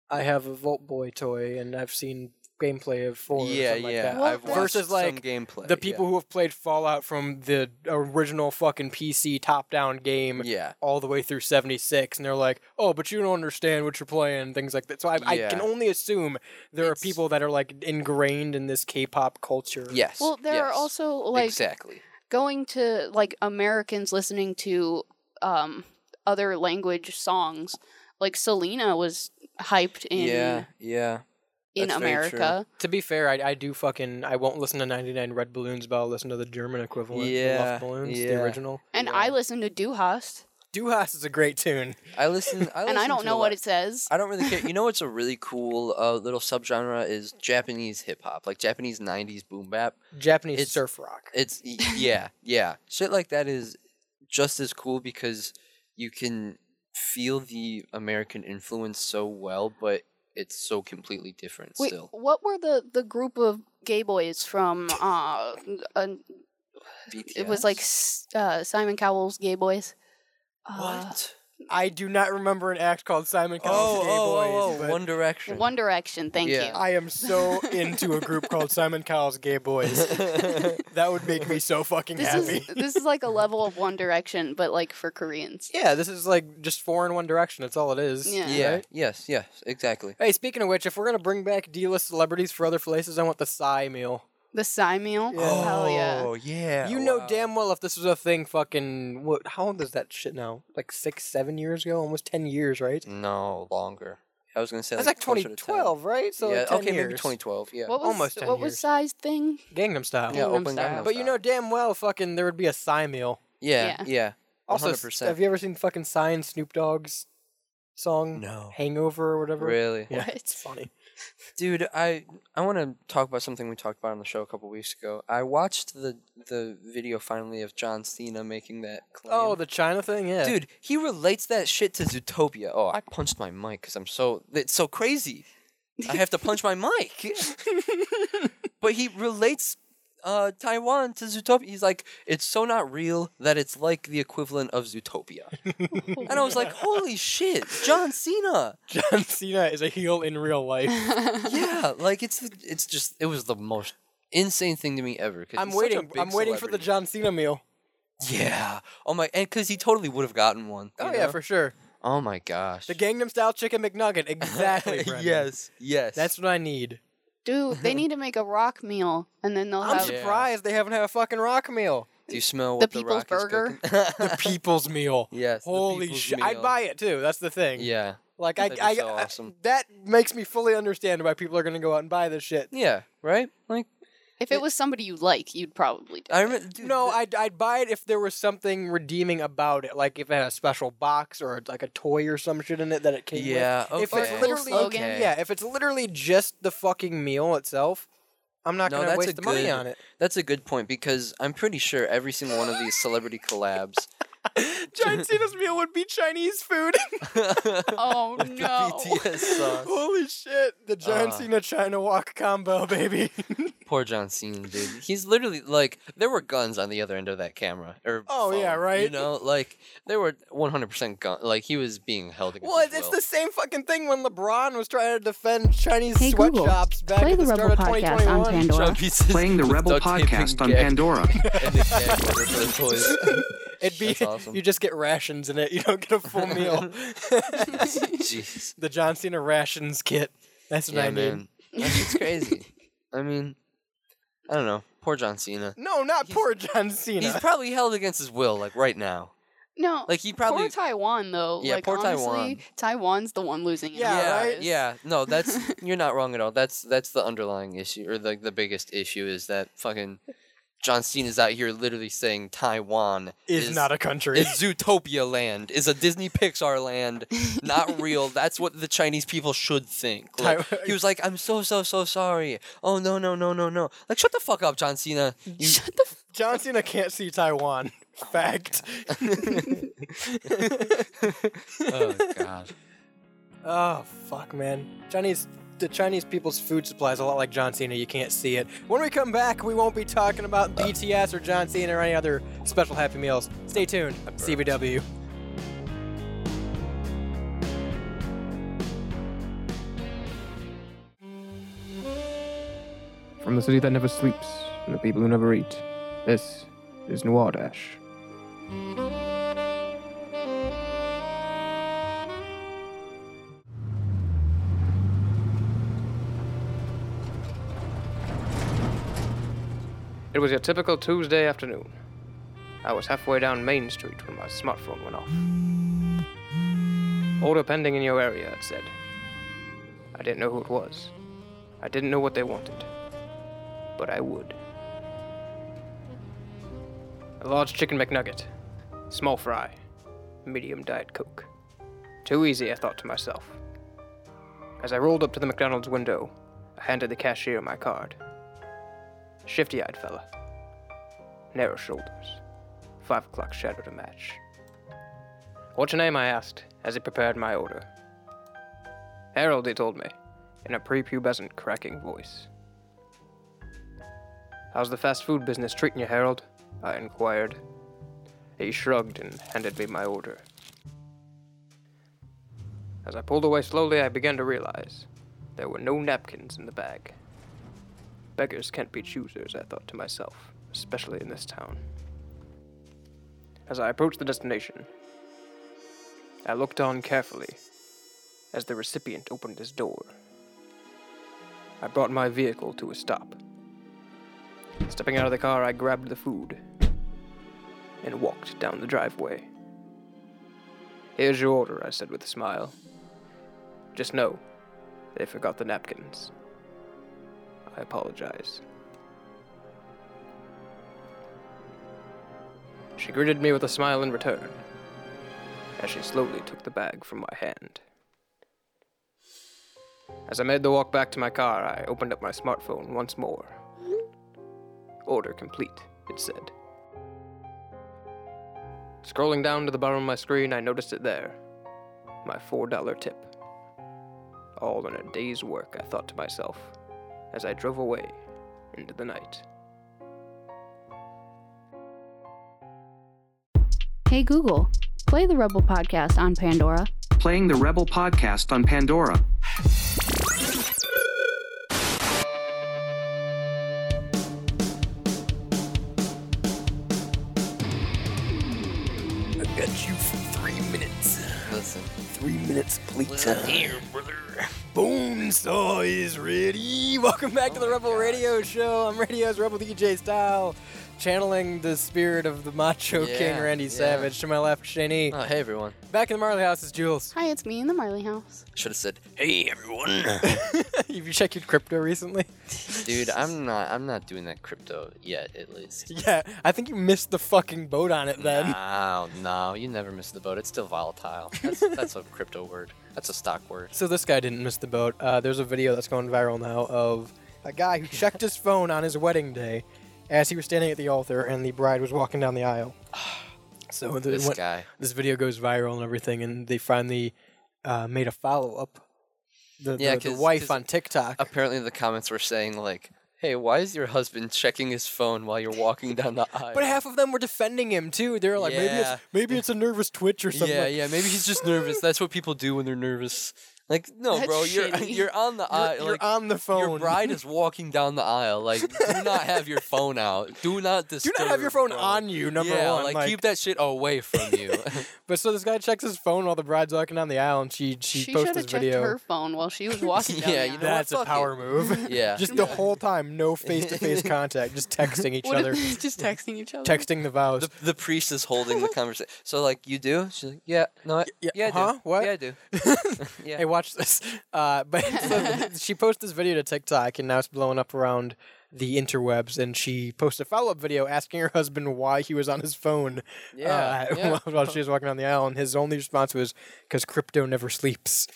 Speaker 10: I have a Volt Boy toy and I've seen gameplay of four. or
Speaker 2: Yeah,
Speaker 10: something like
Speaker 2: yeah,
Speaker 10: that.
Speaker 2: I've watched
Speaker 10: versus
Speaker 2: some
Speaker 10: like
Speaker 2: gameplay,
Speaker 10: The people who have played Fallout from the original fucking PC top-down game,
Speaker 2: Yeah.
Speaker 10: all the way through '76, and they're like, oh, but you don't understand what you're playing, things like that. So I, I
Speaker 2: Yeah.
Speaker 10: can only assume there are people that are like ingrained in this K-pop culture.
Speaker 2: Yes.
Speaker 9: well, there are
Speaker 2: yes,
Speaker 9: also like
Speaker 2: exactly.
Speaker 9: going to like Americans listening to um other language songs. Like Selena was hyped in
Speaker 2: yeah, yeah.
Speaker 9: in
Speaker 2: That's very true.
Speaker 9: America.
Speaker 10: To be fair, I, I do fucking I won't listen to 99 Red Balloons, but I'll listen to the German equivalent, the
Speaker 2: Yeah,
Speaker 10: Luft Balloons,
Speaker 2: yeah.
Speaker 10: the original.
Speaker 9: And I listen to Du hast,
Speaker 10: Du Hast is a great tune.
Speaker 2: I listen. I
Speaker 9: and I
Speaker 2: listen
Speaker 9: don't
Speaker 2: to
Speaker 9: know
Speaker 2: a
Speaker 9: what
Speaker 2: lot-
Speaker 9: it says.
Speaker 2: I don't really care. You know what's a really cool uh, little subgenre is Japanese hip hop, like Japanese '90s boom bap.
Speaker 10: Japanese
Speaker 2: It's-
Speaker 10: surf rock.
Speaker 2: It's y- yeah, yeah. Shit like that is just as cool because you can feel the American influence so well, but it's so completely different
Speaker 9: Wait,
Speaker 2: still.
Speaker 9: what were the the group of gay boys from? Uh, uh, it was like S- uh, Simon Cowell's Gay Boys. Uh,
Speaker 2: what?
Speaker 10: I do not remember an act called Simon Cowell's
Speaker 2: Oh,
Speaker 10: Gay
Speaker 2: oh,
Speaker 10: Boys.
Speaker 2: oh, oh,
Speaker 10: but
Speaker 2: One Direction.
Speaker 9: One Direction. Thank
Speaker 2: Yeah.
Speaker 9: you.
Speaker 10: I am so into a group called Simon Cowell's Gay Boys. that would make me so fucking
Speaker 9: this
Speaker 10: happy.
Speaker 9: is this is like a level of One Direction, but like for Koreans.
Speaker 10: yeah, this is like just four in one direction. That's all it is.
Speaker 9: Yeah.
Speaker 2: yeah.
Speaker 10: right?
Speaker 2: Yes. Yes. Exactly.
Speaker 10: Hey, speaking of which, if we're gonna bring back D-list celebrities for other places, I want the Psy meal.
Speaker 9: The Psy meal. Hell yeah.
Speaker 2: Oh, yeah.
Speaker 10: You know damn well if this was a thing fucking what how old is that shit now? Like six, seven years ago? Almost ten years, right?
Speaker 2: No, longer. I was gonna say
Speaker 10: That's
Speaker 2: Mm, like
Speaker 10: like
Speaker 2: closer to
Speaker 10: twenty
Speaker 2: 10.
Speaker 10: twelve, right? So
Speaker 2: yeah,
Speaker 10: like 10
Speaker 2: okay,
Speaker 10: years.
Speaker 2: maybe 2012. Yeah,
Speaker 9: What was
Speaker 10: Almost 10
Speaker 9: what was
Speaker 10: years.
Speaker 9: Sai's thing?
Speaker 10: Gangnam style.
Speaker 2: yeah,
Speaker 9: Gangnam
Speaker 2: open
Speaker 9: Style.
Speaker 2: Gangnam
Speaker 10: But you know damn well fucking there would be a Psy meal.
Speaker 2: yeah,
Speaker 9: Yeah.
Speaker 2: yeah,
Speaker 10: Also,
Speaker 2: 100%.
Speaker 10: have you ever seen fucking Psy and Snoop Dogg's song?
Speaker 2: No.
Speaker 10: Hangover or whatever.
Speaker 2: Really?
Speaker 10: Yeah, it's funny.
Speaker 2: Dude, I I want to talk about something we talked about on the show a couple weeks ago. I watched the the video finally of John Cena making that claim.
Speaker 10: Oh, the China thing, yeah.
Speaker 2: Dude, he relates that shit to Zootopia. Oh, I punched my mic because I'm so it's so crazy. I have to punch my mic. but he relates uh, Taiwan to Zootopia. He's like, it's so not real that it's like the equivalent of Zootopia. and I was like, holy shit, John Cena.
Speaker 10: John Cena is a heel in real life.
Speaker 2: yeah, like it's the- it's just it was the most insane thing to me ever. 'cause
Speaker 10: I'm
Speaker 2: he's such a
Speaker 10: waiting.
Speaker 2: big
Speaker 10: I'm waiting for the
Speaker 2: celebrity.
Speaker 10: John Cena meal.
Speaker 2: yeah. Oh my, and because he totally would have gotten one.
Speaker 10: Oh
Speaker 2: you
Speaker 10: yeah,
Speaker 2: know?
Speaker 10: for sure.
Speaker 2: Oh my gosh.
Speaker 10: The Gangnam Style Chicken McNugget, exactly. Brendan.
Speaker 2: yes. Yes.
Speaker 10: that's what I need.
Speaker 9: Dude, they need to make a rock meal, and then they'll
Speaker 10: I'm
Speaker 9: have
Speaker 10: surprised they haven't had a fucking rock meal.
Speaker 2: Do you smell
Speaker 9: the
Speaker 2: what the,
Speaker 9: people's
Speaker 2: Rock is
Speaker 9: burger.
Speaker 2: cooking?
Speaker 10: the people's meal.
Speaker 2: Yes. the
Speaker 10: Holy
Speaker 2: People's
Speaker 10: shit! I'd
Speaker 2: Meal.
Speaker 10: buy it too. That's the thing.
Speaker 2: Yeah.
Speaker 10: Like I,
Speaker 2: That'd be
Speaker 10: I,
Speaker 2: so
Speaker 10: I-
Speaker 2: awesome.
Speaker 10: that makes me fully understand why people are gonna go out and buy this shit.
Speaker 2: Yeah. Right. Like
Speaker 9: If it was somebody you like, you'd probably do.
Speaker 2: I remember.
Speaker 10: no, I'd, I'd buy it if there was something redeeming about it, like if it had a special box or like a toy or some shit in it that it came
Speaker 2: Yeah,
Speaker 10: with. If
Speaker 2: okay.
Speaker 10: it's literally,
Speaker 9: Slogan.
Speaker 2: Okay.
Speaker 10: yeah, if it's literally just the fucking meal itself, I'm not gonna waste the money on it.
Speaker 2: That's a good point because I'm pretty sure every single one of these celebrity collabs.
Speaker 10: John Cena's meal would be Chinese food.
Speaker 9: oh no!
Speaker 2: BTS song.
Speaker 10: Holy shit! The John
Speaker 2: Ah.
Speaker 10: Cena China Walk combo, baby.
Speaker 2: Poor John Cena, dude. He's literally like there were guns on the other end of that camera. Or
Speaker 10: Oh, yeah,
Speaker 2: phone, You
Speaker 10: right?
Speaker 2: know, like there were 100% gun. Like he was being held against.
Speaker 10: Well,
Speaker 2: his
Speaker 10: it's, it's
Speaker 2: will.
Speaker 10: the same fucking thing when LeBron was trying to defend Chinese
Speaker 13: Hey, Google,
Speaker 10: sweatshops back
Speaker 13: play
Speaker 10: at the,
Speaker 13: the
Speaker 10: start
Speaker 13: Rebel
Speaker 10: of
Speaker 13: Podcast on
Speaker 10: 2021.
Speaker 13: Pandora. John Cena's Playing the with Rebel duct tape and podcast on gag- Pandora.
Speaker 2: and the gag order for the toys.
Speaker 10: It'd be
Speaker 2: That's awesome.
Speaker 10: you just get rations in it. You don't get a full meal.
Speaker 2: Jeez.
Speaker 10: the John Cena rations kit. That's what
Speaker 2: Yeah,
Speaker 10: I need.
Speaker 2: man. It's crazy. I mean, I don't know. Poor John Cena.
Speaker 10: No, not poor John Cena.
Speaker 2: He's probably held against his will, like right now.
Speaker 9: No,
Speaker 2: Like, he probably-
Speaker 9: poor Taiwan though.
Speaker 2: Yeah,
Speaker 9: like,
Speaker 2: poor
Speaker 9: honestly,
Speaker 2: Taiwan.
Speaker 9: Taiwan's the one losing. it.
Speaker 10: Yeah,
Speaker 2: yeah,
Speaker 10: right?
Speaker 2: yeah. No, that's you're not wrong at all. That's that's the underlying issue, or like the biggest issue is that fucking John Cena's out here literally saying Taiwan
Speaker 10: Is not a country.
Speaker 2: Is Zootopia land? Is a Disney Pixar land? Not real. That's what the Chinese people should think. Like,
Speaker 10: Taiwan-
Speaker 2: he was like, "I'm so so so sorry. Oh no no no no no. Like shut the fuck up, John Cena. You-
Speaker 10: John Cena can't see Taiwan. Fact.
Speaker 2: oh god.
Speaker 10: Oh fuck, man. Chinese the Chinese people's food supply is a lot like John Cena. You can't see it. When we come back, we won't be talking about BTS or John Cena or any other special Happy Meals. Stay tuned. CBW.
Speaker 5: From the city that never sleeps and the people who never eat, this is Noir Dash. It was your typical Tuesday afternoon. I was halfway down Main Street when my smartphone went off. Order pending in your area, it said. I didn't know who it was. I didn't know what they wanted. But I would. A large chicken McNugget, small fry, medium Diet Coke. Too easy, I thought to myself. As I rolled up to the McDonald's window, I handed the cashier my card. Shifty eyed fella. Narrow shoulders. Five o'clock shadow to match. What's your name? I asked as he prepared my order. Harold, he told me, in a prepubescent, cracking voice. How's the fast food business treating you, Harold? I inquired. He shrugged and handed me my order. As I pulled away slowly, I began to realize there were no napkins in the bag. Beggars can't be choosers, I thought to myself, especially in this town. As I approached the destination, I looked on carefully as the recipient opened his door. I brought my vehicle to a stop. Stepping out of the car, I grabbed the food and walked down the driveway. Here's your order, I said with a smile. Just know, they forgot the napkins. I apologize. She greeted me with a smile in return. as she slowly took the bag from my hand. As I made the walk back to my car, I opened up my smartphone once more. Order complete, it said. Scrolling down to the bottom of my screen, I noticed it there. My $4 tip. All in a day's work, I thought to myself, as I drove away into the night.
Speaker 9: Hey Google, play the Rebel podcast on Pandora.
Speaker 13: Playing the Rebel podcast on Pandora.
Speaker 7: I've got you for three minutes.
Speaker 2: Listen.
Speaker 7: Three minutes, please.
Speaker 10: Here, Boom saw is ready. Welcome back
Speaker 2: Oh
Speaker 10: to the Rebel Radio Show. I'm Radio's Rebel DJ Style, channeling the spirit of the Macho
Speaker 2: Yeah,
Speaker 10: King Randy
Speaker 2: yeah.
Speaker 10: Savage. To my left, Shane. E.
Speaker 2: Oh, hey everyone.
Speaker 10: Back in the Marley House is Jules.
Speaker 9: Hi, it's me in the Marley House.
Speaker 2: Should have said, "Hey everyone."
Speaker 10: Have you checked your crypto recently?
Speaker 2: Dude, I'm not. I'm not doing that crypto yet, at least.
Speaker 10: Yeah, I think you missed the fucking boat on it then.
Speaker 2: No, no, you never miss the boat. It's still volatile. That's, that's a crypto word. That's a stock word.
Speaker 10: So this guy didn't miss the boat. Uh, there's a video that's going viral now of a guy who checked his phone on his wedding day as he was standing at the altar and the bride was walking down the aisle. So the-
Speaker 2: This
Speaker 10: when-
Speaker 2: guy.
Speaker 10: this video goes viral and everything, and they finally uh, made a follow up. The,
Speaker 2: Yeah,
Speaker 10: the, the
Speaker 2: 'cause-
Speaker 10: wife
Speaker 2: 'cause-
Speaker 10: on TikTok.
Speaker 2: Apparently, the comments were saying like, "Hey, why is your husband checking his phone while you're walking down the aisle?"
Speaker 10: But half of them were defending him too. They were like, maybe
Speaker 2: Yeah.
Speaker 10: it's maybe it's a nervous twitch or something.
Speaker 2: yeah,
Speaker 10: like-
Speaker 2: yeah. Maybe he's just nervous. That's what people do when they're nervous. Like, no,
Speaker 10: That's
Speaker 2: bro, you're
Speaker 10: shitty.
Speaker 2: you're on the
Speaker 10: You're-
Speaker 2: aisle.
Speaker 10: you're
Speaker 2: Uh, like,
Speaker 10: on the
Speaker 2: Your
Speaker 10: phone.
Speaker 2: bride is walking down the aisle. Like, do not have your phone out. Do not
Speaker 10: Do
Speaker 2: disturb.
Speaker 10: not have your phone
Speaker 2: bro.
Speaker 10: on you. Number
Speaker 2: yeah,
Speaker 10: one,
Speaker 2: like keep that shit away from you.
Speaker 10: But so this guy checks his phone while the bride's walking down the aisle, and she she,
Speaker 9: She
Speaker 10: posts
Speaker 9: should
Speaker 10: this
Speaker 9: have checked
Speaker 10: video.
Speaker 9: her phone while she was walking down
Speaker 2: Yeah,
Speaker 9: the
Speaker 2: you know
Speaker 9: aisle.
Speaker 10: That's a
Speaker 2: Fuck
Speaker 10: power
Speaker 2: it.
Speaker 10: move.
Speaker 2: Yeah.
Speaker 10: just the whole time, no face to face contact, just texting each
Speaker 9: What if-
Speaker 10: other,
Speaker 9: just texting each other.
Speaker 10: texting the vows.
Speaker 2: the, the priest is holding the conversation. So like, you do? She's like, yeah, no, I, yeah, I do.
Speaker 10: huh? What?
Speaker 2: Yeah, I do. Yeah.
Speaker 10: Hey, watch this. Uh, but so th- she posted this video to TikTok, and now it's blowing up around the interwebs. And she posted a follow up video asking her husband why he was on his phone
Speaker 2: Yeah,
Speaker 10: uh,
Speaker 2: yeah.
Speaker 10: while- while she was walking down the aisle. And his only response was, because crypto never sleeps.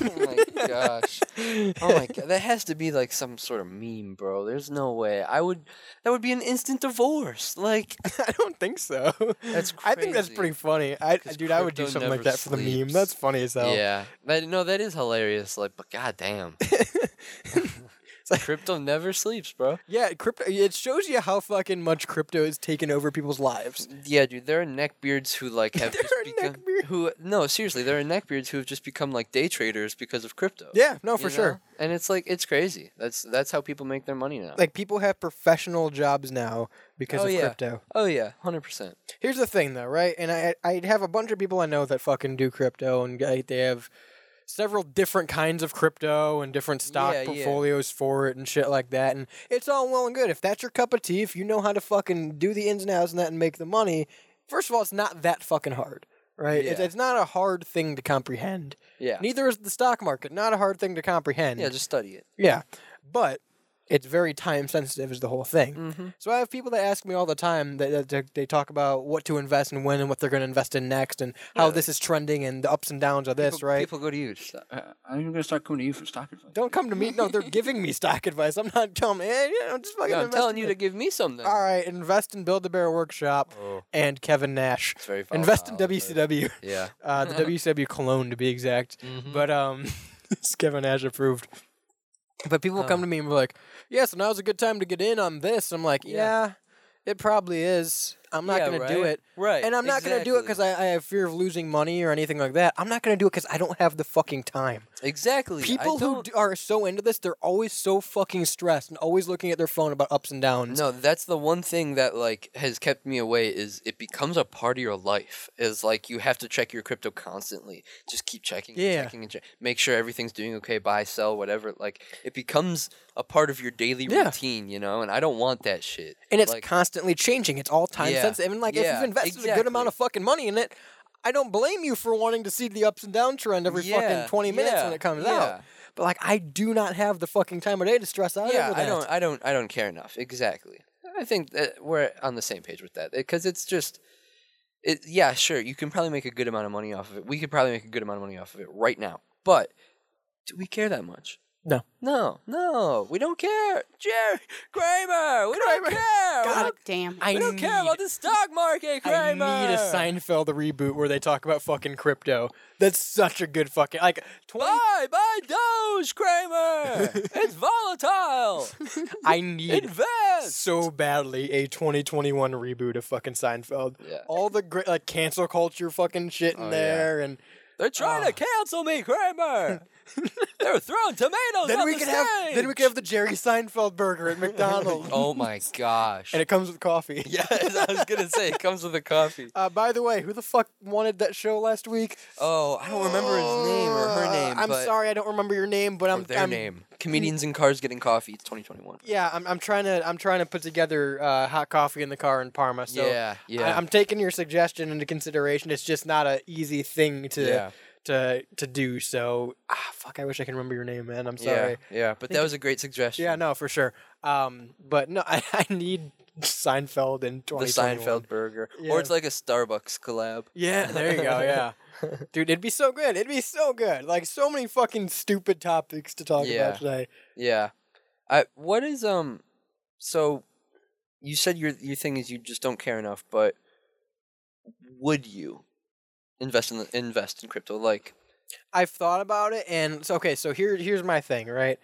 Speaker 2: oh my gosh. Oh my god. That has to be like some sort of meme, bro. There's no way. I would that would be an instant divorce. Like
Speaker 10: I don't think so.
Speaker 2: That's
Speaker 10: I think that's
Speaker 2: crazy.
Speaker 10: pretty funny. I, dude, I would do
Speaker 2: crypto
Speaker 10: something like
Speaker 2: never
Speaker 10: that for the meme. That's funny as hell.
Speaker 2: Yeah. That, no, that is hilarious. Like, but goddamn. Crypto never sleeps, bro.
Speaker 10: Yeah, crypto. It shows you how fucking much crypto is taking over people's lives.
Speaker 2: Yeah, dude, there are neckbeards who like have just become who no, seriously, there are neckbeards who have just become like day traders because of crypto.
Speaker 10: Yeah, no, for
Speaker 2: you know?
Speaker 10: sure.
Speaker 2: And it's like it's crazy. That's that's how people make their money now.
Speaker 10: Like people have professional jobs now because
Speaker 2: oh,
Speaker 10: of
Speaker 2: yeah.
Speaker 10: crypto.
Speaker 2: Oh yeah, hundred percent.
Speaker 10: Here's the thing, though, right? And I I have a bunch of people I know that fucking do crypto, and I- they have several different kinds of crypto and different stock
Speaker 2: Yeah, yeah.
Speaker 10: portfolios for it and shit like that. And it's all well and good if that's your cup of tea. If you know how to fucking do the ins and outs and that and make the money, first of all, it's not that fucking hard, right? It's,
Speaker 2: Yeah.
Speaker 10: it's not a hard thing to comprehend.
Speaker 2: Yeah.
Speaker 10: Neither is the stock market. Not a hard thing to comprehend.
Speaker 2: Yeah, just study it.
Speaker 10: Yeah, but it's very time sensitive is the whole thing.
Speaker 14: Mm-hmm.
Speaker 10: So I have people that ask me all the time that, that they- they talk about what to invest and when and what they're going to invest in next and how this is trending and the ups and downs of this,
Speaker 14: people,
Speaker 10: right?
Speaker 14: People go to you. St- uh, I'm going to start coming to you for stock advice.
Speaker 10: Don't come to me. No, they're giving me stock advice. I'm not telling me. eh, yeah, I'm just fucking.
Speaker 2: No, I'm
Speaker 10: invest
Speaker 2: telling
Speaker 10: in
Speaker 2: you
Speaker 10: it."
Speaker 2: to give me something.
Speaker 10: All right, invest in Build a Bear Workshop and Kevin Nash.
Speaker 2: Oh. It's very
Speaker 10: invest in WCW.
Speaker 2: Yeah. Mm-hmm.
Speaker 10: Uh, the WCW Cologne, to be exact. But um, it's Kevin Nash approved. But people come
Speaker 2: Oh.
Speaker 10: to me and be like, "Yeah, so now's a good time to get in on this." I'm like, "Yeah, it probably is. I'm not
Speaker 2: Yeah,
Speaker 10: gonna do
Speaker 2: right.
Speaker 10: it.
Speaker 2: Right,
Speaker 10: And I'm not gonna do it because I, I have fear of losing money or anything like that. I'm not gonna do it because I don't have the fucking time.
Speaker 2: Exactly. I
Speaker 10: People who
Speaker 2: don't-
Speaker 10: d- are so into this, they're always so fucking stressed and always looking at their phone about ups and downs.
Speaker 2: No, that's the one thing that like has kept me away is it becomes a part of your life. Is like you have to check your crypto constantly. Just keep checking, and
Speaker 10: Yeah.
Speaker 2: checking, and check. make sure everything's doing okay. Buy, sell, whatever. Like it becomes a part of your daily
Speaker 10: Yeah.
Speaker 2: routine, you know. And I don't want that shit.
Speaker 10: and it's
Speaker 2: like,
Speaker 10: constantly changing. It's all time
Speaker 2: Yeah,
Speaker 10: sensitive. And like, if
Speaker 2: yeah,
Speaker 10: you've invested a good amount of fucking money in it, I don't blame you for wanting to see the ups and down trend every
Speaker 2: Yeah,
Speaker 10: fucking twenty minutes when
Speaker 2: yeah,
Speaker 10: it comes
Speaker 2: yeah.
Speaker 10: out. But like, I do not have the fucking time of day to stress out
Speaker 2: yeah,
Speaker 10: over that.
Speaker 2: I don't, I don't, I don't care enough. Exactly. I think that we're on the same page with that because it's eh, just It, yeah, sure, you can probably make a good amount of money off of it. We could probably make a good amount of money off of it right now. But do we care that much?
Speaker 10: No.
Speaker 2: No, no, we don't care. Jerry Kramer, we don't care. we
Speaker 9: God
Speaker 2: don't,
Speaker 9: damn.
Speaker 2: we don't care about the stock market,
Speaker 10: I
Speaker 2: Kramer.
Speaker 10: need a Seinfeld reboot where they talk about fucking crypto. That's such a good fucking like. Twenty.
Speaker 2: Buy, buy Doge, Kramer. it's volatile.
Speaker 10: I need
Speaker 2: Invest.
Speaker 10: so badly a 2021 reboot of fucking Seinfeld.
Speaker 2: Yeah.
Speaker 10: All the great like cancel culture fucking shit in
Speaker 2: Oh, yeah.
Speaker 10: there, and Ah.
Speaker 2: They're trying to cancel me, Kramer. They're throwing tomatoes
Speaker 10: then
Speaker 2: on
Speaker 10: we
Speaker 2: the
Speaker 10: could
Speaker 2: stage.
Speaker 10: have then we could have the Jerry Seinfeld burger at McDonald's,
Speaker 2: oh my gosh.
Speaker 10: and it comes with coffee.
Speaker 2: Yeah, I was gonna say it comes with a coffee.
Speaker 10: Uh, by the way, who the fuck wanted that show last week?
Speaker 2: Oh, I don't remember his name or her
Speaker 10: Uh,
Speaker 2: name.
Speaker 10: I'm
Speaker 2: but,
Speaker 10: sorry, I don't remember your name, but
Speaker 2: or
Speaker 10: I'm
Speaker 2: their
Speaker 10: I'm-
Speaker 2: name. Comedians in Cars Getting Coffee. It's 2021.
Speaker 10: Yeah, I'm, I'm trying to I'm trying to put together uh, hot coffee in the car in Parma. So
Speaker 2: Yeah, yeah.
Speaker 10: I, am taking your suggestion into consideration. It's just not an easy thing to
Speaker 2: Yeah.
Speaker 10: to to do. So ah, fuck, I wish I can remember your name, man. I'm sorry.
Speaker 2: Yeah, yeah. But that was a great suggestion.
Speaker 10: Yeah, no, for sure. Um, but no, I, I need Seinfeld in
Speaker 2: the
Speaker 10: 2021.
Speaker 2: Seinfeld burger,
Speaker 10: Yeah.
Speaker 2: or it's like a Starbucks collab.
Speaker 10: Yeah, there you go. Yeah. Dude, it'd be so good. It'd be so good. Like so many fucking stupid topics to talk
Speaker 2: Yeah.
Speaker 10: about today.
Speaker 2: yeah. I what is um, so you said your your thing is you just don't care enough, but would you invest in the, invest in crypto? Like,
Speaker 10: I've thought about it, and so okay, so here here's my thing, right?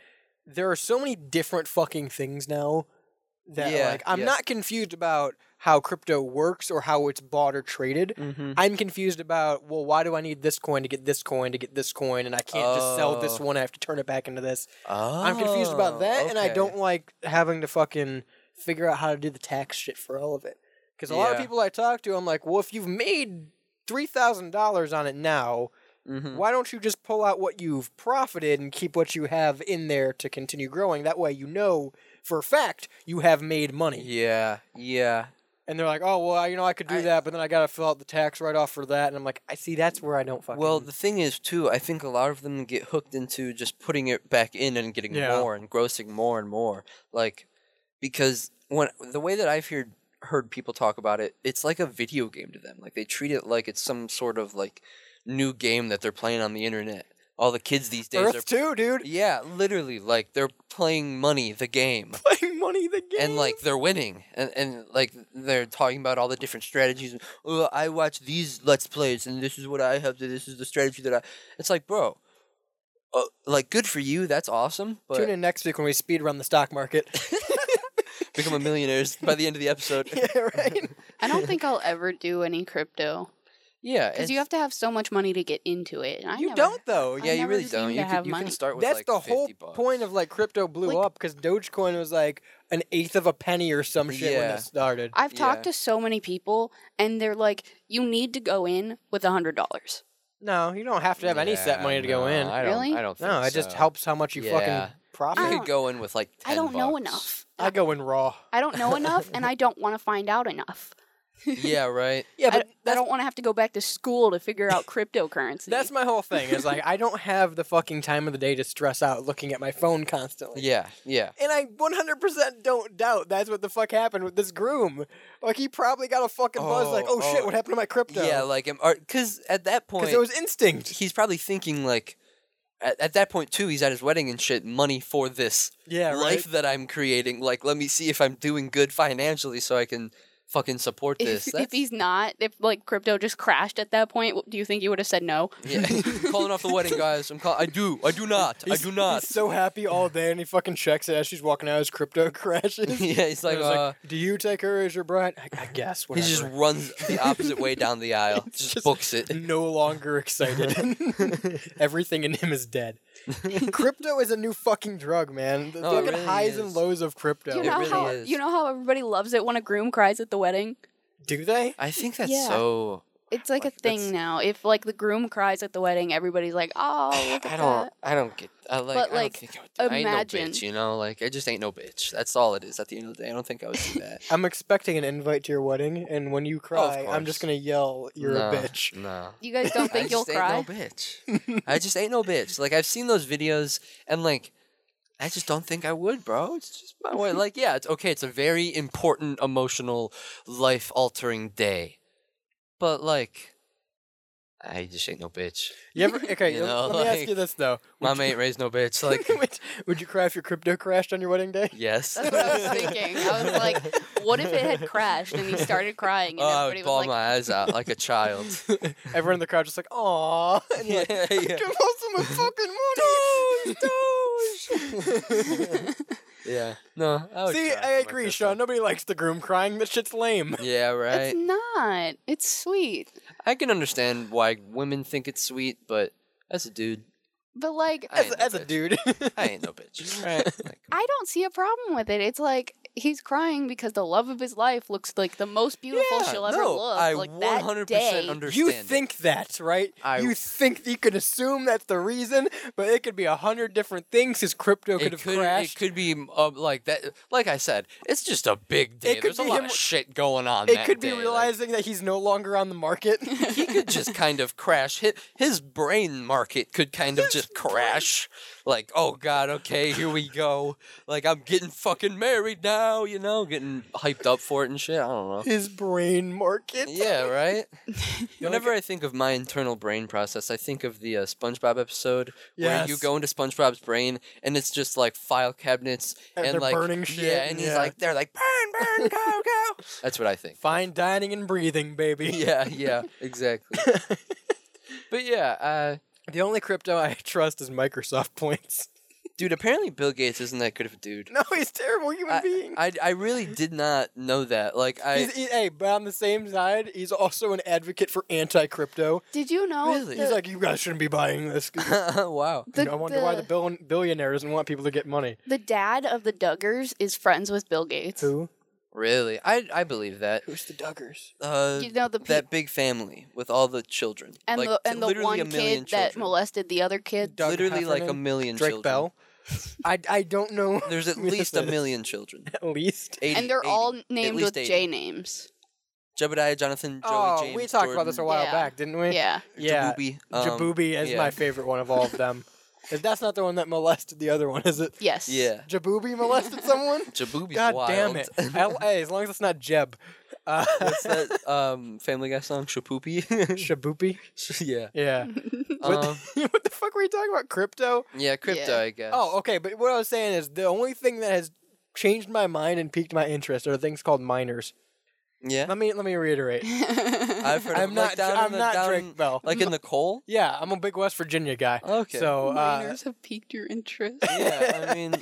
Speaker 10: There are so many different fucking things now that
Speaker 2: Yeah,
Speaker 10: like I'm
Speaker 2: yeah.
Speaker 10: not confused about how crypto works or how it's bought or traded.
Speaker 2: Mm-hmm.
Speaker 10: I'm confused about well, why do I need this coin to get this coin to get this coin, and I can't just sell this
Speaker 2: Oh.
Speaker 10: one. I have to turn it back into this. I'm confused about that, and I
Speaker 2: okay.
Speaker 10: don't like having to fucking figure out how to do the tax shit for all of it. Because a lot of
Speaker 2: Yeah.
Speaker 10: people I talk to, I'm like, well, if you've made three thousand dollars on it now,
Speaker 2: Mm-hmm.
Speaker 10: why don't you just pull out what you've profited and keep what you have in there to continue growing? That way, you know for a fact you have made money.
Speaker 2: Yeah, yeah.
Speaker 10: And they're like, oh well, I- you know, I could do that, but then I gotta fill out the tax write off for that, and I'm like, I see, that's where I don't fucking.
Speaker 2: Well, the thing is too, I think a lot of them get hooked into just putting it back in and getting
Speaker 10: Yeah.
Speaker 2: more and grossing more and more. Like because when the way that I've heard heard people talk about it, it's like a video game to them. Like they treat it like it's some sort of like new game that they're playing on the internet. All the kids these days are
Speaker 10: Earth too, dude.
Speaker 2: Yeah, literally like they're playing money the game.
Speaker 10: Playing money the game.
Speaker 2: and like they're winning and, and like they're talking about all the different strategies oh, i watch these let's plays and this is what i have to this is the strategy that i it's like bro uh, like good for you that's awesome but
Speaker 10: Tune in next week when we speed run the stock market.
Speaker 2: become a millionaire by the end of the episode
Speaker 10: yeah right.
Speaker 9: I don't think I'll ever do any crypto
Speaker 2: yeah
Speaker 9: because you have to have so much money to get into it. And I
Speaker 10: You
Speaker 9: never-
Speaker 10: don't though.
Speaker 9: I
Speaker 2: Oh, yeah you
Speaker 9: never
Speaker 2: really
Speaker 9: seem
Speaker 2: don't
Speaker 9: to
Speaker 2: you can,
Speaker 9: have
Speaker 2: you can
Speaker 9: money.
Speaker 2: start with
Speaker 10: That's
Speaker 2: like
Speaker 10: the
Speaker 2: 50
Speaker 10: whole
Speaker 2: bucks.
Speaker 10: point of like crypto blew up because Dogecoin was like an eighth of a penny or some shit when
Speaker 2: Yeah.
Speaker 10: it started.
Speaker 9: I've talked
Speaker 2: Yeah.
Speaker 9: to so many people, and they're like, "You need to go in with a hundred dollars."
Speaker 10: no, you don't have to have any set
Speaker 2: Yeah,
Speaker 10: money to go
Speaker 2: no,
Speaker 10: in.
Speaker 2: I don't,
Speaker 9: Really?
Speaker 2: I don't think
Speaker 10: no, it just
Speaker 2: so.
Speaker 10: helps how much you
Speaker 2: Yeah.
Speaker 10: fucking profit.
Speaker 9: I
Speaker 2: you
Speaker 9: don't-
Speaker 2: could go in with like 10
Speaker 9: I don't know
Speaker 2: bucks.
Speaker 9: enough.
Speaker 10: I go in raw.
Speaker 9: I don't know enough, and I don't want to find out enough.
Speaker 2: yeah right
Speaker 10: Yeah,
Speaker 9: I-
Speaker 10: but
Speaker 9: I,
Speaker 10: that's,
Speaker 9: don't want to have to go back to school to figure out cryptocurrency.
Speaker 10: that's my whole thing. Is like I don't have the fucking time of the day to stress out looking at my phone constantly.
Speaker 2: yeah yeah
Speaker 10: And I 100% don't doubt that's what the fuck happened with this groom. Like he probably got a fucking buzz like,
Speaker 2: Oh,
Speaker 10: "Oh, shit,
Speaker 2: oh.
Speaker 10: what happened to my crypto?"
Speaker 2: yeah like because at that point
Speaker 10: Cuz it was instinct.
Speaker 2: he's probably thinking like at, at that point too he's at his wedding and shit money for this
Speaker 10: Yeah, right.
Speaker 2: life that i'm creating like let me see if i'm doing good financially so i can fucking support
Speaker 9: if,
Speaker 2: this
Speaker 9: if
Speaker 2: That's-
Speaker 9: he's not, if like crypto just crashed at that point, w- do you think you would have said no?
Speaker 2: yeah calling off the wedding guys i'm call- i do i do not i
Speaker 10: He's-
Speaker 2: do not
Speaker 10: He's so happy all day, and he fucking checks it as she's walking out. His crypto crashes.
Speaker 2: yeah he's
Speaker 10: And
Speaker 2: like,
Speaker 10: it's
Speaker 2: uh,
Speaker 10: "Do you take her as your bride?" I, I
Speaker 2: he
Speaker 10: guess. Whatever.
Speaker 2: just runs the opposite way down the aisle just, books it
Speaker 10: no longer excited. Everything in him is dead. crypto is a new fucking drug, man. The
Speaker 2: No, Oh, it
Speaker 10: fucking
Speaker 2: really
Speaker 10: highs and
Speaker 2: is.
Speaker 10: lows of crypto.
Speaker 9: Do you know
Speaker 2: really
Speaker 9: how
Speaker 2: is.
Speaker 9: you know how everybody loves it when a groom cries at the wedding.
Speaker 10: Do they?
Speaker 2: i think that's
Speaker 9: Yeah.
Speaker 2: so
Speaker 9: It's like, a thing now. If like the groom cries at the wedding, everybody's like, "Oh, look at
Speaker 2: I don't.
Speaker 9: that."
Speaker 2: I don't get. I like.
Speaker 9: But,
Speaker 2: I
Speaker 9: like,
Speaker 2: don't think I, would do, I ain't no
Speaker 9: imagine-
Speaker 2: bitch. You know, like I just ain't no bitch. That's all it is. At the end of the day, I don't think I would do that.
Speaker 10: I'm expecting an invite to your wedding, and when you cry, I'm just gonna
Speaker 2: course.
Speaker 10: yell, "You're a
Speaker 2: No,
Speaker 10: bitch."
Speaker 2: No.
Speaker 9: You guys don't think
Speaker 2: I
Speaker 9: you'll
Speaker 2: just
Speaker 9: cry?
Speaker 2: ain't no bitch. I just ain't no bitch. Like I've seen those videos and like I just don't think I would, bro. It's just my way. Like, yeah, it's okay. It's a very important, emotional, life altering day. but like, I just ain't no bitch.
Speaker 10: You ever okay?
Speaker 2: You
Speaker 10: let-
Speaker 2: know,
Speaker 10: let me ask
Speaker 2: like,
Speaker 10: you this though:
Speaker 2: Mama ain't raised no bitch. Like,
Speaker 10: would, would you cry if your crypto crashed on your wedding day?
Speaker 2: yes.
Speaker 9: That's what I was thinking. I was like, what if it had crashed and he started crying and
Speaker 2: oh, I
Speaker 9: everybody
Speaker 2: would bawl
Speaker 9: was like,
Speaker 2: my eyes out like a child.
Speaker 10: Everyone in the crowd just like, "Aw," and you're like,
Speaker 2: yeah.
Speaker 10: "Give us some fucking money."
Speaker 2: yeah. No, I would
Speaker 10: See,
Speaker 2: cry
Speaker 10: I
Speaker 2: for my
Speaker 10: agree, Sean. Nobody likes the groom crying. That shit's lame.
Speaker 2: Yeah, right.
Speaker 9: it's not. It's sweet.
Speaker 2: I can understand why women think it's sweet, but as a dude,
Speaker 9: But like,
Speaker 2: I ain't no bitch. I ain't no bitch. Right? Like,
Speaker 9: I don't see a problem with it. It's like he's crying because the love of his life looks like the most beautiful
Speaker 10: Yeah,
Speaker 9: she'll ever
Speaker 10: no,
Speaker 9: look.
Speaker 2: I
Speaker 9: like that
Speaker 2: 100%
Speaker 9: day.
Speaker 2: understand.
Speaker 10: You
Speaker 2: it.
Speaker 10: think that, right?
Speaker 2: I-
Speaker 10: you think you could assume that's the reason, but it could be a hundred different things. His crypto could
Speaker 2: it
Speaker 10: have
Speaker 2: could
Speaker 10: crashed.
Speaker 2: it could be uh, like that. Like I said, it's just a big day.
Speaker 10: could
Speaker 2: There's a
Speaker 10: be
Speaker 2: lot
Speaker 10: him-
Speaker 2: of shit going on.
Speaker 10: It
Speaker 2: that
Speaker 10: could
Speaker 2: day.
Speaker 10: be
Speaker 2: Like,
Speaker 10: realizing that he's no longer on the market.
Speaker 2: he could just kind of crash. His, his brain market could kind of just crash. Like, oh god, okay, here we go. Like I'm getting fucking married now, you know, getting hyped up for it and shit. I don't know.
Speaker 10: His brain market.
Speaker 2: Yeah, right? Whenever I think of my internal brain process, I think of the uh, SpongeBob episode where you
Speaker 10: Yes.
Speaker 2: go into SpongeBob's brain and it's just like file cabinets
Speaker 10: And
Speaker 2: and,
Speaker 10: they're
Speaker 2: like
Speaker 10: burning shit,
Speaker 2: Yeah, and he's
Speaker 10: yeah.
Speaker 2: like they're like burn, burn, go, go. That's what I think.
Speaker 10: Fine dining and breathing, baby.
Speaker 2: Yeah, yeah, exactly. but yeah,
Speaker 10: uh, the only crypto I trust is Microsoft points.
Speaker 2: Dude, apparently Bill Gates isn't that good of a dude.
Speaker 10: No, he's a terrible human
Speaker 2: I,
Speaker 10: being.
Speaker 2: I I really did not know that. Like I
Speaker 10: He's, he, hey, but on the same side, he's also an advocate for anti-crypto.
Speaker 9: Did you know?
Speaker 2: Really?
Speaker 9: the-
Speaker 10: He's like, you guys shouldn't be buying this.
Speaker 2: wow.
Speaker 10: I wonder why the bill- billionaire doesn't want people to get money.
Speaker 9: the dad of the Duggars is friends with Bill Gates.
Speaker 10: Who?
Speaker 2: really I I believe that.
Speaker 10: Who's the Duggars?
Speaker 2: Uh,
Speaker 9: You know, the
Speaker 2: that big family with all the children
Speaker 9: And
Speaker 2: like,
Speaker 9: the
Speaker 2: t-
Speaker 9: and the
Speaker 2: literally
Speaker 9: one
Speaker 2: a
Speaker 9: kid
Speaker 2: million
Speaker 9: that
Speaker 2: children.
Speaker 9: molested the other kid.
Speaker 10: Doug
Speaker 2: literally like a
Speaker 10: Heffernan?
Speaker 2: million
Speaker 10: Drake
Speaker 2: children.
Speaker 10: Bell. I, I don't know.
Speaker 2: There's at
Speaker 10: who this
Speaker 2: least a
Speaker 10: is.
Speaker 2: million children.
Speaker 10: At least.
Speaker 2: 80,
Speaker 9: and they're
Speaker 2: 80,
Speaker 9: all
Speaker 2: at
Speaker 9: named
Speaker 2: least
Speaker 9: with
Speaker 2: 80.
Speaker 9: J names.
Speaker 2: Jebediah, Jonathan, Joey,
Speaker 10: oh,
Speaker 2: James,
Speaker 10: we talked about
Speaker 2: Jordan,
Speaker 10: this a while
Speaker 9: Yeah.
Speaker 10: back, didn't we?
Speaker 9: Yeah.
Speaker 10: Yeah.
Speaker 2: Jabubi, um,
Speaker 10: Jabubi is
Speaker 2: yeah.
Speaker 10: my favorite one of all of them. If that's not the one that molested the other one, is it?
Speaker 9: Yes.
Speaker 2: Yeah.
Speaker 10: Jabubi molested someone?
Speaker 2: Jabubi's
Speaker 10: God
Speaker 2: wild.
Speaker 10: damn it. I, hey, as long as it's not Jeb. Uh,
Speaker 2: What's that um, Family Guy song? Shapoopy?
Speaker 10: Shaboopy?
Speaker 2: yeah.
Speaker 10: Yeah. what,
Speaker 2: Um,
Speaker 10: the, what the fuck were you talking about? Crypto?
Speaker 2: yeah, crypto, I guess.
Speaker 10: Oh, okay. But what I was saying is the only thing that has changed my mind and piqued my interest are things called miners.
Speaker 2: Yeah.
Speaker 10: Let me let me reiterate.
Speaker 2: I've heard
Speaker 10: I'm
Speaker 2: of
Speaker 10: not
Speaker 2: like down in
Speaker 10: I'm
Speaker 2: the,
Speaker 10: not
Speaker 2: down,
Speaker 10: Drake Bell.
Speaker 2: Like in the coal?
Speaker 10: Yeah, I'm a big West Virginia guy.
Speaker 2: Okay.
Speaker 10: So uh,
Speaker 9: Minors have piqued your interest.
Speaker 2: Yeah, I mean,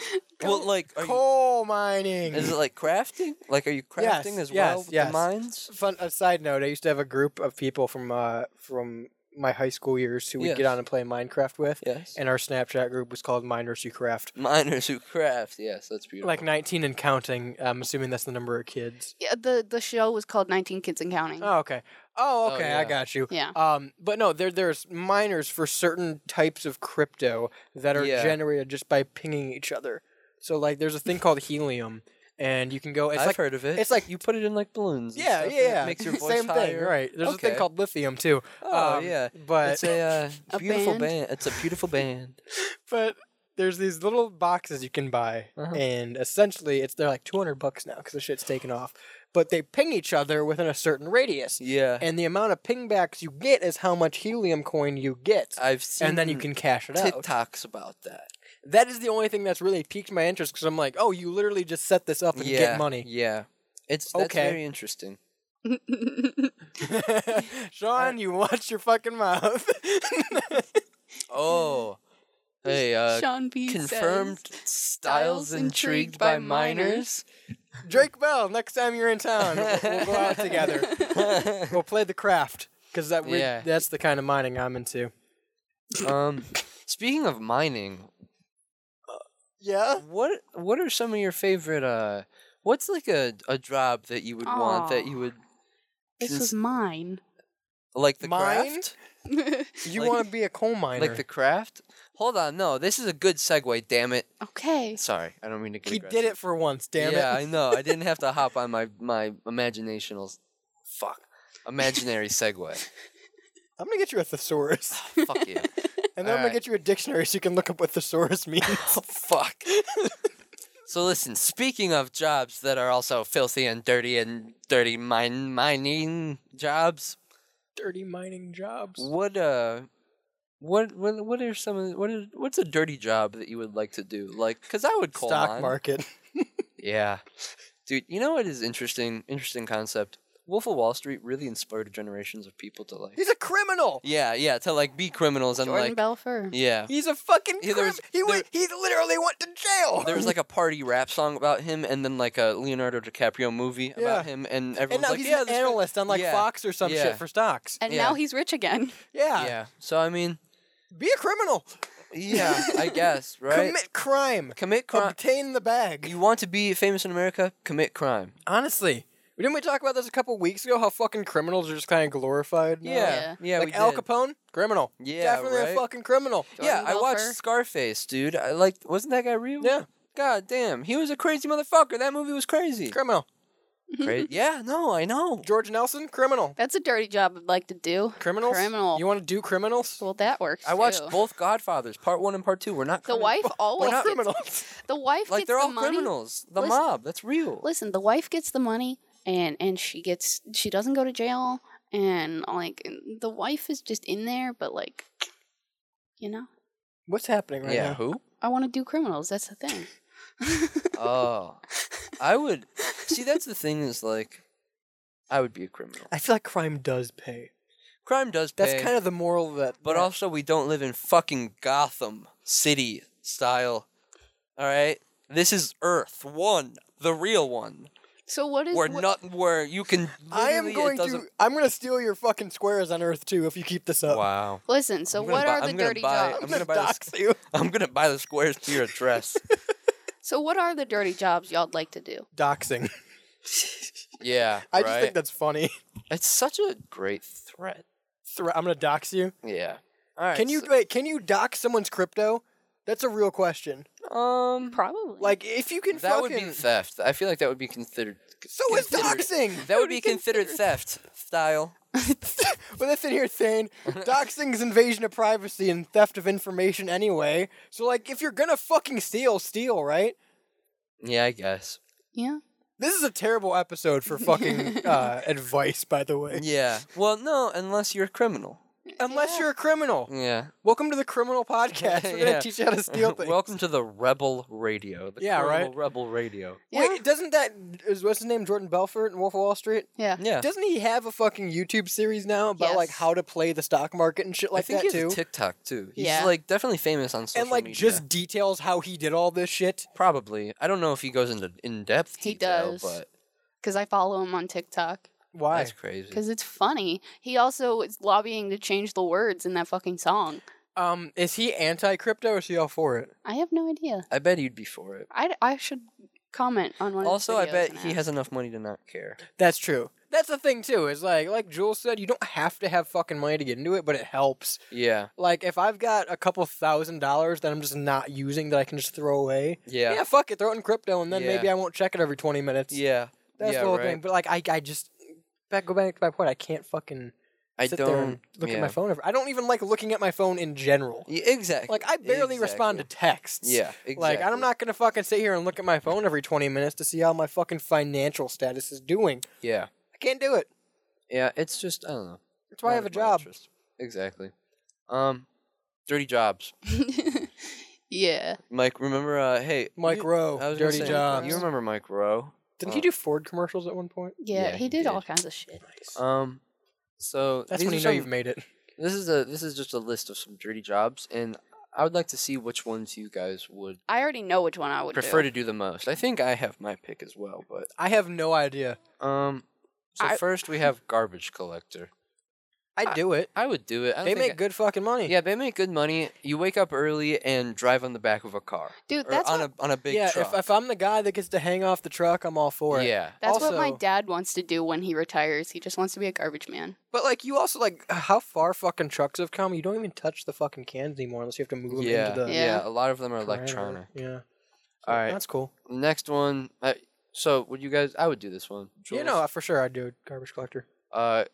Speaker 2: well, like, are you,
Speaker 10: coal mining.
Speaker 2: is it like crafting? Like, are you
Speaker 10: Yes,
Speaker 2: crafting as
Speaker 10: yes,
Speaker 2: well with
Speaker 10: yes.
Speaker 2: the mines?
Speaker 10: Fun a side note, I used to have a group of people from uh from my high school years who we'd get
Speaker 2: Yes.
Speaker 10: on and play Minecraft with.
Speaker 2: Yes.
Speaker 10: And our Snapchat group was called Miners Who Craft.
Speaker 2: Miners who craft. Yes, that's beautiful.
Speaker 10: Like 19 and counting. I'm assuming that's the number of kids.
Speaker 9: Yeah, the the show was called 19 Kids and Counting.
Speaker 2: Uh,
Speaker 10: Oh, okay. Oh, okay. I
Speaker 2: Mm-hmm. yeah.
Speaker 10: got you.
Speaker 9: Yeah.
Speaker 10: Um, but no, there there's miners for certain types of crypto that are
Speaker 2: Yeah.
Speaker 10: generated just by pinging each other. So like, there's a thing called helium, and you can go. It's
Speaker 2: I've
Speaker 10: like,
Speaker 2: heard of it.
Speaker 10: It's like
Speaker 2: you put it in like balloons. and
Speaker 10: yeah,
Speaker 2: stuff,
Speaker 10: yeah,
Speaker 2: and
Speaker 10: yeah.
Speaker 2: It makes your voice
Speaker 10: Same thing,
Speaker 2: higher.
Speaker 10: right? There's a thing
Speaker 2: Okay.
Speaker 10: called lithium too.
Speaker 2: Oh
Speaker 10: Um,
Speaker 2: yeah,
Speaker 10: but
Speaker 2: it's a, uh,
Speaker 9: A
Speaker 2: beautiful
Speaker 9: band?
Speaker 2: band. It's a beautiful band.
Speaker 10: but there's these little boxes you can buy,
Speaker 2: Uh-huh.
Speaker 10: and essentially it's they're like 200 bucks now because the shit's taken off. But they ping each other within a certain radius.
Speaker 2: Yeah,
Speaker 10: and the amount of pingbacks you get is how much helium coin you get.
Speaker 2: I've seen.
Speaker 10: and then you can cash it out.
Speaker 2: TikToks about that.
Speaker 10: That is the only thing that's really piqued my interest because I'm like, oh, you literally just set this up and
Speaker 2: yeah,
Speaker 10: get money.
Speaker 2: Yeah, it's that's
Speaker 10: Okay.
Speaker 2: very interesting.
Speaker 10: Sean, you watch your fucking mouth.
Speaker 2: Oh, hey, uh,
Speaker 9: Sean B.
Speaker 2: confirmed styles intrigued by minors.
Speaker 10: Drake Bell, next time you're in town, we'll, we'll go out together. we'll play the craft because that weird,
Speaker 2: Yeah.
Speaker 10: that's the kind of mining I'm into.
Speaker 2: um, speaking of mining,
Speaker 10: Yeah.
Speaker 2: what what are some of your favorite uh what's like a a job that you would want that you would
Speaker 9: This
Speaker 2: cons-
Speaker 9: was mine.
Speaker 2: like the
Speaker 10: Mine?
Speaker 2: craft
Speaker 10: You
Speaker 2: Like-
Speaker 10: want to be a coal miner?
Speaker 2: like the craft hold on no this is a good segue damn it
Speaker 9: Okay.
Speaker 2: sorry i don't mean to get
Speaker 10: he did it for once. Damn
Speaker 2: yeah
Speaker 10: it!
Speaker 2: i know i didn't have to hop on my my imaginational s- fuck imaginary segue
Speaker 10: I'm gonna get you a thesaurus,
Speaker 2: fuck you
Speaker 10: and then I'm gonna
Speaker 2: Alright.
Speaker 10: get you a dictionary so you can look up what thesaurus means.
Speaker 2: Oh, fuck so listen speaking of jobs that are also filthy and dirty and dirty mine mining jobs
Speaker 10: dirty mining jobs.
Speaker 2: What uh, what what what are some of what is what's a dirty job that you would like to do? Like, cause I would call
Speaker 10: Stock
Speaker 2: mine-
Speaker 10: market.
Speaker 2: Yeah, dude. You know what is interesting? Interesting concept. Wolf of Wall Street really inspired generations of people to like.
Speaker 10: He's a criminal.
Speaker 2: Yeah, yeah, to like be criminals and
Speaker 9: Jordan
Speaker 2: like.
Speaker 9: Belfort.
Speaker 2: Yeah.
Speaker 10: He's a fucking
Speaker 2: Yeah, there
Speaker 10: crim-
Speaker 2: was-
Speaker 10: he went. He literally went to jail.
Speaker 2: There was like a party rap song about him, and then like a Leonardo DiCaprio movie
Speaker 10: Yeah.
Speaker 2: about him, and everyone's
Speaker 10: and now
Speaker 2: like,
Speaker 10: he's
Speaker 2: "Yeah,
Speaker 10: an
Speaker 2: this guy-"
Speaker 10: analyst on like
Speaker 2: Yeah.
Speaker 10: Fox or some
Speaker 2: Yeah.
Speaker 10: shit for stocks.
Speaker 9: And
Speaker 2: Yeah.
Speaker 9: now he's rich again.
Speaker 10: yeah.
Speaker 2: Yeah. So I mean,
Speaker 10: Be a criminal.
Speaker 2: yeah, I guess right.
Speaker 10: Commit crime.
Speaker 2: Commit crime.
Speaker 10: Obtain the bag.
Speaker 2: You want to be famous in America? Commit crime.
Speaker 10: Honestly, didn't we talk about this a couple weeks ago? How fucking criminals are just kind of glorified. now?
Speaker 2: Yeah, Yeah. yeah,
Speaker 10: like
Speaker 2: we
Speaker 10: Al
Speaker 2: did.
Speaker 10: Capone, criminal.
Speaker 2: Yeah,
Speaker 10: definitely
Speaker 2: right?
Speaker 10: a fucking criminal.
Speaker 2: yeah, I watched
Speaker 9: Belfort.
Speaker 2: Scarface, dude. I like, wasn't that guy real?
Speaker 10: Yeah.
Speaker 2: God damn, he was a crazy motherfucker. That movie was crazy.
Speaker 10: Criminal.
Speaker 2: Cra- yeah, no, I know.
Speaker 10: George Nelson, criminal.
Speaker 9: That's a dirty job I'd like to do.
Speaker 10: Criminals.
Speaker 9: Criminal.
Speaker 10: You want to do criminals?
Speaker 9: Well, that works.
Speaker 2: I watched
Speaker 9: too.
Speaker 2: both Godfathers, part one and part two. We're not
Speaker 9: The
Speaker 2: crimin-
Speaker 9: wife always
Speaker 2: not
Speaker 9: gets,
Speaker 10: criminals.
Speaker 9: The wife
Speaker 2: like
Speaker 9: gets
Speaker 2: they're
Speaker 9: the
Speaker 2: all
Speaker 9: money.
Speaker 2: criminals. The
Speaker 9: Listen-
Speaker 2: mob, that's real.
Speaker 9: Listen, the wife gets the money, and and she gets she doesn't go to jail, and like the wife is just in there, but like, you know,
Speaker 10: What's happening right
Speaker 2: yeah,
Speaker 10: now?
Speaker 2: who?
Speaker 9: I want to do criminals. That's the thing.
Speaker 2: Oh, I would see. That's the thing is like, I would be a criminal.
Speaker 10: I feel like crime does pay.
Speaker 2: Crime does pay.
Speaker 10: That's kind of the moral of that.
Speaker 2: But
Speaker 10: that-
Speaker 2: also, we don't live in fucking Gotham City style. All right, this is Earth One, the real one,
Speaker 9: So what is
Speaker 2: where
Speaker 9: what-
Speaker 2: not where you can.
Speaker 10: I am
Speaker 2: literally- it
Speaker 10: going to.
Speaker 2: doesn't-
Speaker 10: I'm going to steal your fucking squares on Earth too if you keep this up.
Speaker 2: Wow.
Speaker 9: Listen, so
Speaker 2: I'm gonna
Speaker 9: what
Speaker 2: buy-
Speaker 9: are the
Speaker 2: I'm gonna
Speaker 9: dirty
Speaker 2: buy-
Speaker 9: jobs?
Speaker 2: I'm gonna buy the
Speaker 10: Dox you.
Speaker 2: I'm gonna buy the squares to your address.
Speaker 9: So what are the dirty jobs y'all'd like to do?
Speaker 10: Doxing.
Speaker 2: yeah,
Speaker 10: I
Speaker 2: right.
Speaker 10: just think that's funny.
Speaker 2: it's such a great threat.
Speaker 10: Thre- I'm going to dox you.
Speaker 2: Yeah. All right.
Speaker 10: Can you wait? Can you dox someone's crypto? That's a real question.
Speaker 2: so- um.
Speaker 9: Probably.
Speaker 10: Like if you can
Speaker 2: That
Speaker 10: fucking
Speaker 2: would be theft. I feel like that would be considered.
Speaker 10: so is doxing.
Speaker 2: That would be considered theft style.
Speaker 10: well, that's in here saying doxing is invasion of privacy and theft of information anyway. So like if you're gonna fucking steal, steal right.
Speaker 2: Yeah, I guess.
Speaker 9: Yeah.
Speaker 10: This is a terrible episode for fucking uh, advice, by the way.
Speaker 2: Yeah. Well, no, unless you're a criminal.
Speaker 10: Unless you're a criminal.
Speaker 2: Yeah.
Speaker 10: Welcome to the criminal podcast. We're gonna
Speaker 2: Yeah.
Speaker 10: teach you how to steal things.
Speaker 2: Welcome to the Rebel Radio. The
Speaker 10: Yeah,
Speaker 2: criminal
Speaker 10: right?
Speaker 2: Rebel Radio.
Speaker 10: Wait, doesn't that is what's his name Jordan Belfort in Wolf of Wall Street?
Speaker 9: Yeah.
Speaker 2: Yeah.
Speaker 10: Doesn't he have a fucking YouTube series now about like
Speaker 9: Yes.
Speaker 10: how to play the stock market and shit
Speaker 2: I
Speaker 10: like
Speaker 2: think
Speaker 10: that
Speaker 2: he's
Speaker 10: too?
Speaker 2: a TikTok too. He's
Speaker 9: Yeah.
Speaker 2: like definitely famous on social
Speaker 10: and like
Speaker 2: media.
Speaker 10: just details how he did all this shit.
Speaker 2: probably. I don't know if he goes into in depth.
Speaker 9: He
Speaker 2: detail,
Speaker 9: does.
Speaker 2: but
Speaker 9: Because I follow him on TikTok.
Speaker 10: Why?
Speaker 2: that's crazy.
Speaker 9: Because it's funny. He also is lobbying to change the words in that fucking song.
Speaker 10: Um, is he anti crypto or is he all for it?
Speaker 9: I have no idea.
Speaker 2: I bet he'd be for it.
Speaker 9: I, I should comment on one
Speaker 2: Also,
Speaker 9: of
Speaker 2: I
Speaker 9: his videos
Speaker 2: bet
Speaker 9: and
Speaker 2: he
Speaker 9: ask.
Speaker 2: has enough money to not care.
Speaker 10: That's true. That's the thing too. Is like like Jules said, you don't have to have fucking money to get into it, but it helps.
Speaker 2: Yeah.
Speaker 10: Like if I've got a couple thousand dollars that I'm just not using that I can just throw away.
Speaker 2: Yeah.
Speaker 10: Yeah, fuck it, throw it in crypto and then
Speaker 2: Yeah.
Speaker 10: maybe I won't check it every twenty minutes.
Speaker 2: Yeah.
Speaker 10: That's
Speaker 2: yeah,
Speaker 10: the whole
Speaker 2: right.
Speaker 10: thing. But like, I, I just back go back to my point. I can't fucking
Speaker 2: I
Speaker 10: sit
Speaker 2: don't
Speaker 10: there and look at my
Speaker 2: yeah.
Speaker 10: phone. Ever. I don't even like looking at my phone in general.
Speaker 2: Yeah, exactly.
Speaker 10: Like I barely respond to texts.
Speaker 2: Yeah, exactly.
Speaker 10: Like I'm not gonna fucking sit here and look at my phone every 20 minutes to see how my fucking financial status is doing.
Speaker 2: Yeah.
Speaker 10: I can't do it.
Speaker 2: Yeah, it's just I don't know.
Speaker 10: That's why I
Speaker 2: Not
Speaker 10: have a
Speaker 2: of my
Speaker 10: job.
Speaker 2: interest. Exactly. Um, dirty jobs.
Speaker 9: Yeah.
Speaker 2: Mike, remember? Uh, hey,
Speaker 10: Mike
Speaker 2: you-
Speaker 10: Rowe,
Speaker 2: I was gonna
Speaker 10: dirty
Speaker 2: say,
Speaker 10: jobs.
Speaker 2: You remember Mike Rowe?
Speaker 10: Didn't
Speaker 2: Uh,
Speaker 10: he do Ford commercials at one point?
Speaker 9: Yeah,
Speaker 2: Yeah,
Speaker 9: he
Speaker 2: he
Speaker 9: did,
Speaker 2: did.
Speaker 9: all kinds of shit.
Speaker 2: Um, so
Speaker 10: That's
Speaker 2: these
Speaker 10: when
Speaker 2: are
Speaker 10: you know
Speaker 2: some-
Speaker 10: you've made it.
Speaker 2: This is a this is just a list of some dirty jobs, and I would like to see which ones you guys would
Speaker 9: I already know which one I would
Speaker 2: prefer
Speaker 9: do.
Speaker 2: to do the most. I think I have my pick as well, but
Speaker 10: I have no idea.
Speaker 2: um, so
Speaker 9: I-
Speaker 2: first we have garbage collector.
Speaker 10: I do it.
Speaker 2: I would do it. I don't
Speaker 10: They
Speaker 2: think
Speaker 10: make
Speaker 2: I-
Speaker 10: good fucking money.
Speaker 2: Yeah, they make good money. You wake up early and drive on the back of a car,
Speaker 9: Dude,
Speaker 2: Or
Speaker 9: that's
Speaker 2: on
Speaker 9: what-
Speaker 2: a on a big
Speaker 10: yeah.
Speaker 2: truck.
Speaker 10: If, if I'm the guy that gets to hang off the truck, I'm all for it.
Speaker 2: yeah,
Speaker 9: That's what my
Speaker 10: Also-
Speaker 9: dad wants to do when he retires. He just wants to be a garbage man.
Speaker 10: But like, you also like how far fucking trucks have come. You don't even touch the fucking cans anymore unless you have to move them
Speaker 2: yeah,
Speaker 10: into the
Speaker 2: yeah,
Speaker 9: Yeah.
Speaker 2: A lot of them are
Speaker 10: grinder.
Speaker 2: electronic.
Speaker 10: Yeah,
Speaker 2: All right,
Speaker 10: that's cool.
Speaker 2: next one. I, so would you guys? I would do this one.
Speaker 10: You
Speaker 2: Jules.
Speaker 10: know, for sure, I'd do a garbage collector.
Speaker 2: uh,